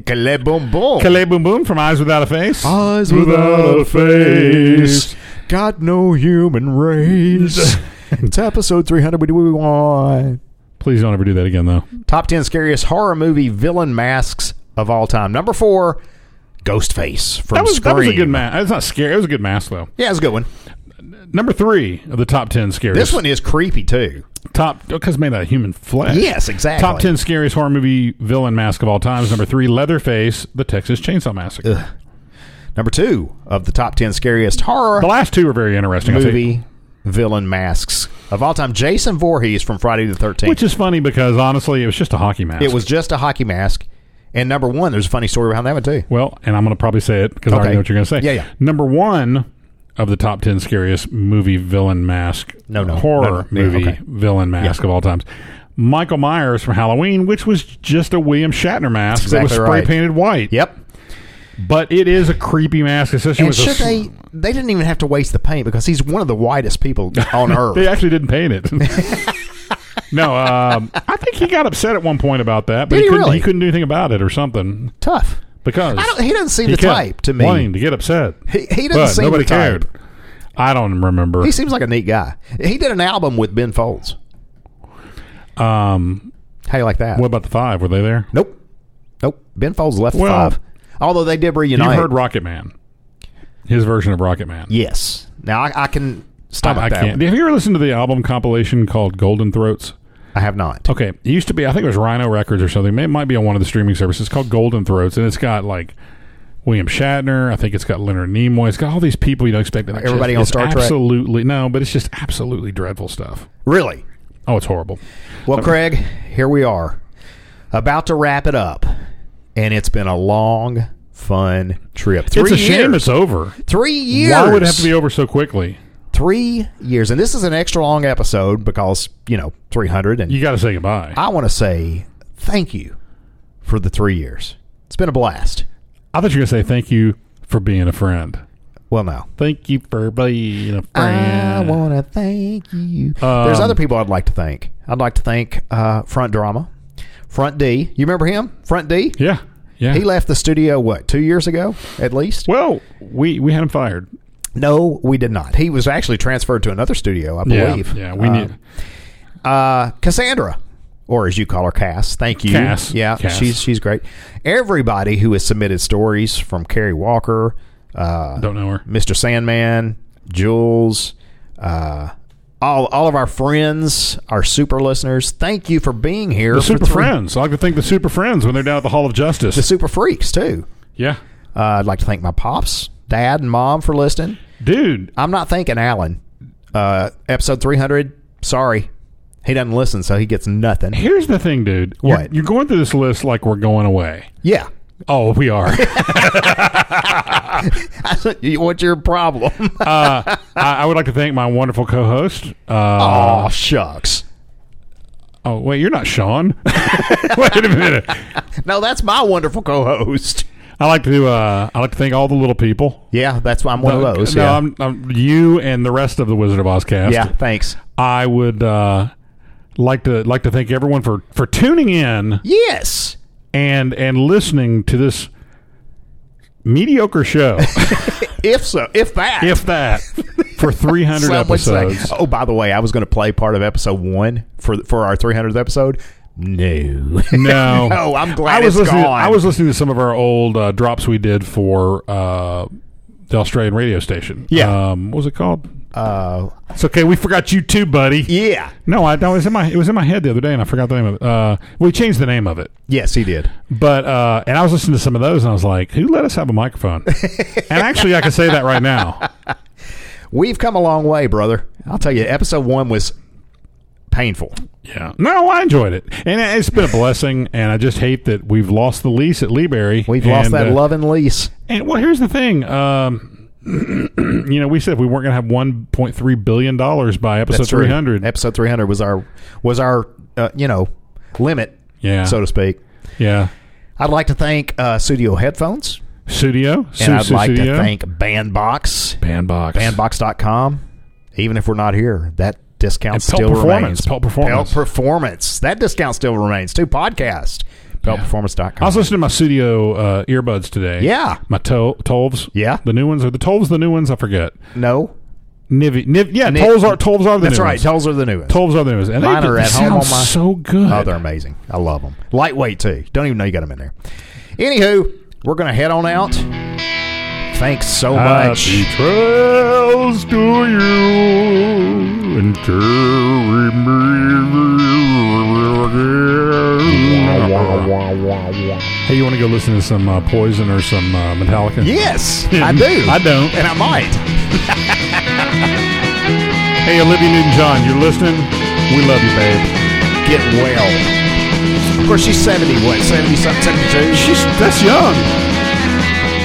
Calais boom boom. Calais Boom Boom from Eyes Without a Face. Eyes without a face. Got no human race. it's episode 300. We do what we want. Please don't ever do that again, though. Top 10 scariest horror movie villain masks of all time. Number four, Ghostface from That was Scream. that was a good mask. It's not scary. It was a good mask, though. Yeah, it's a good one. Number three of the top ten scariest. This one is creepy, too. top because made out of human flesh. Yes, exactly. Top ten scariest horror movie villain mask of all times. Number three, Leatherface, The Texas Chainsaw Massacre. Number two of the top 10 scariest horror The last two are very interesting. I think. movie villain masks of all time. Jason Voorhees from Friday the 13th. Which is funny because honestly, it was just a hockey mask. It was just a hockey mask. And number one, there's a funny story behind that one too. Well, and I'm going to probably say it because I Okay. already know what you're going to say. Yeah, yeah. Number one of the top 10 scariest movie villain mask, No, no, horror no, no. Yeah, movie okay. villain mask Yeah. of all times. Michael Myers from Halloween, which was just a William Shatner mask that was exactly spray right. painted white. Yep. But it is a creepy mask, especially And with a should sl- they? They didn't even have to waste the paint because he's one of the whitest people on earth. They actually didn't paint it. no, um, I think he got upset at one point about that, but Did he couldn't, really? he couldn't do anything about it or something Tough. because I don't, he doesn't seem He the kept type to me. Wanting to get upset. He- he doesn't but seem nobody the type. cared. I don't remember. He seems like a neat guy. He did an album with Ben Folds. Um, How you like that? what about the five? Were they there? nope. Nope. Ben Folds left the Well- five. Although they did You reunite. heard Rocket Man, his version of Rocket Man. Yes. Now I, I can stop I, I at that. can't. one. Have you ever listened to the album compilation called Golden Throats? I have not. Okay, it used to be. I think it was Rhino Records or something. It might be on one of the streaming services It's called Golden Throats, and it's got like William Shatner. I think it's got Leonard Nimoy. It's got all these people you don't expect. Like, Everybody it's on Star Trek? Absolutely no, but it's just absolutely dreadful stuff. Really? Oh, it's horrible. Well, Craig, here we are, about to wrap it up, and it's been a long, fun trip. Three it's a years. shame it's over. Three years. Why would it have to be over so quickly? three years? And this is an extra long episode because you know three hundred. And You got to say goodbye. I, I want to say thank you for the three years. It's been a blast. thought you were going to say thank you for being a friend. Well, no. Thank you for being a I friend. want to thank you. Um, There's other people I'd like to thank. I'd like to thank uh, Front Drama, Front D. You remember him? Front D. yeah, yeah. He left the studio what two years ago, at least. well, we we had him fired. No, we did not. He was actually transferred to another studio, I believe. Yeah, yeah. We uh, need uh, Cassandra, or as you call her, Cass. Thank you, Cass. Yeah, Cass. she's she's great. Everybody who has submitted stories from Carrie Walker, uh, don't know her. Mr. Sandman, Jules, uh, all all of our friends, our super listeners. Thank you for being here. The for Super three- Friends. I like to thank the Super Friends when they're down at the Hall of Justice. the super freaks too. yeah, Uh, I'd like to thank my pops, dad, and mom for listening. dude. I'm not thanking Alan. Uh, episode 300. Sorry, he doesn't listen, so he gets nothing. Here's the thing, dude. You're- What? you're, going through this list like we're going away? Yeah, Oh, we are. what's your problem? uh, I, I would like to thank my wonderful co-host. Uh, oh shucks. oh, wait, you're not Sean. wait a minute. No, that's my wonderful co-host. I like to uh, I like to thank all the little people. Uh, Yeah, that's why I'm one of those. No, yeah. I'm, I'm you and the rest of the Wizard of Oz cast. yeah, thanks. I would uh, like to like to thank everyone for for tuning in Yes. and and listening to this mediocre show, If so, if that. if that, for 300 Some would say- episodes. Oh, by the way, I was going to play part of episode one for for our 300th episode. No. No, No, I'm glad I was it's listening. gone. I was listening to some of our old uh, drops we did for uh, the Australian radio station. Yeah. um, what was it called? Uh, It's okay. We forgot you too, buddy. yeah. No, I, no, it was in my it was in my head the other day, and I forgot the name of it. Uh, we changed the name of it, Yes, he did. but uh, and I was listening to some of those, and I was like, "Who let us have a microphone?" and actually, I can say that right now. We've come a long way, brother. I'll tell you, episode one was painful. Yeah. No, I enjoyed it, and it- it's been a blessing. And I just hate that we've lost the lease at Leeberry. We've lost And, that uh, love and lease. And well, here's the thing. Um, you know, we said we weren't going to have 1.3 billion dollars by episode That's true. 300. Episode three hundred was our was our uh, you know limit, Yeah. so to speak. yeah. I'd like to thank uh, Studio Headphones, Studio. and I'd like to thank Bandbox, Bandbox. bandbox.com. Even if we're not here, that discount And Pelt still Performance, remains. Pelt Performance. Pelt Performance. That discount still remains too. Podcast. I Peltperformance.com. was listening to my studio uh, earbuds today. Yeah. My to- Tolves. Yeah. The new ones are the Tolves, the new ones, I forget. no. Nivi. Niv- yeah, Ni- Tolves are Tolves are the That's new right. ones. Tolls are the newest. Tolves are the new ones. And they, Mine are they at home sound on my- so good. Oh, they're amazing. I love them. Lightweight too. Don't even know you got them in there. Anywho, we're gonna head on out. Thanks so much. Happy Uh, trails to you and carry me again. Hey, you want to go listen to some uh, Poison or some uh, Metallica? Yes, I do. I don't. and I might. Hey, Olivia Newton-John, you're listening. We love you, babe. Get well. Of course, she's seventy. What? Seventy something? Seventy-two? She's. That's young.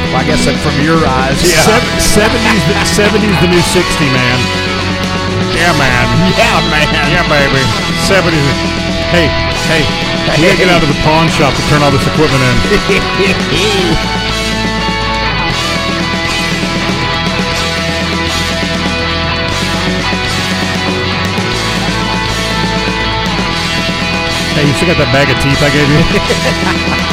Well, I guess that from your eyes. Seventies, seventies, the new sixty, man. Yeah, man. Yeah, man. Yeah, baby. Seventies. Hey, hey. We gotta get out of the pawn shop to turn all this equipment in. hey, you still got that bag of teeth I gave you?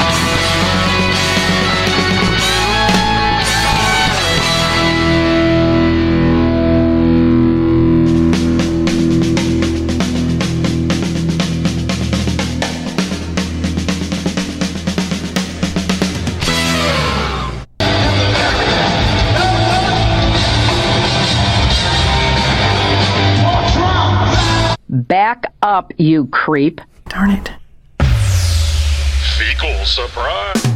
Back up, you creep. Darn it. Fecal surprise.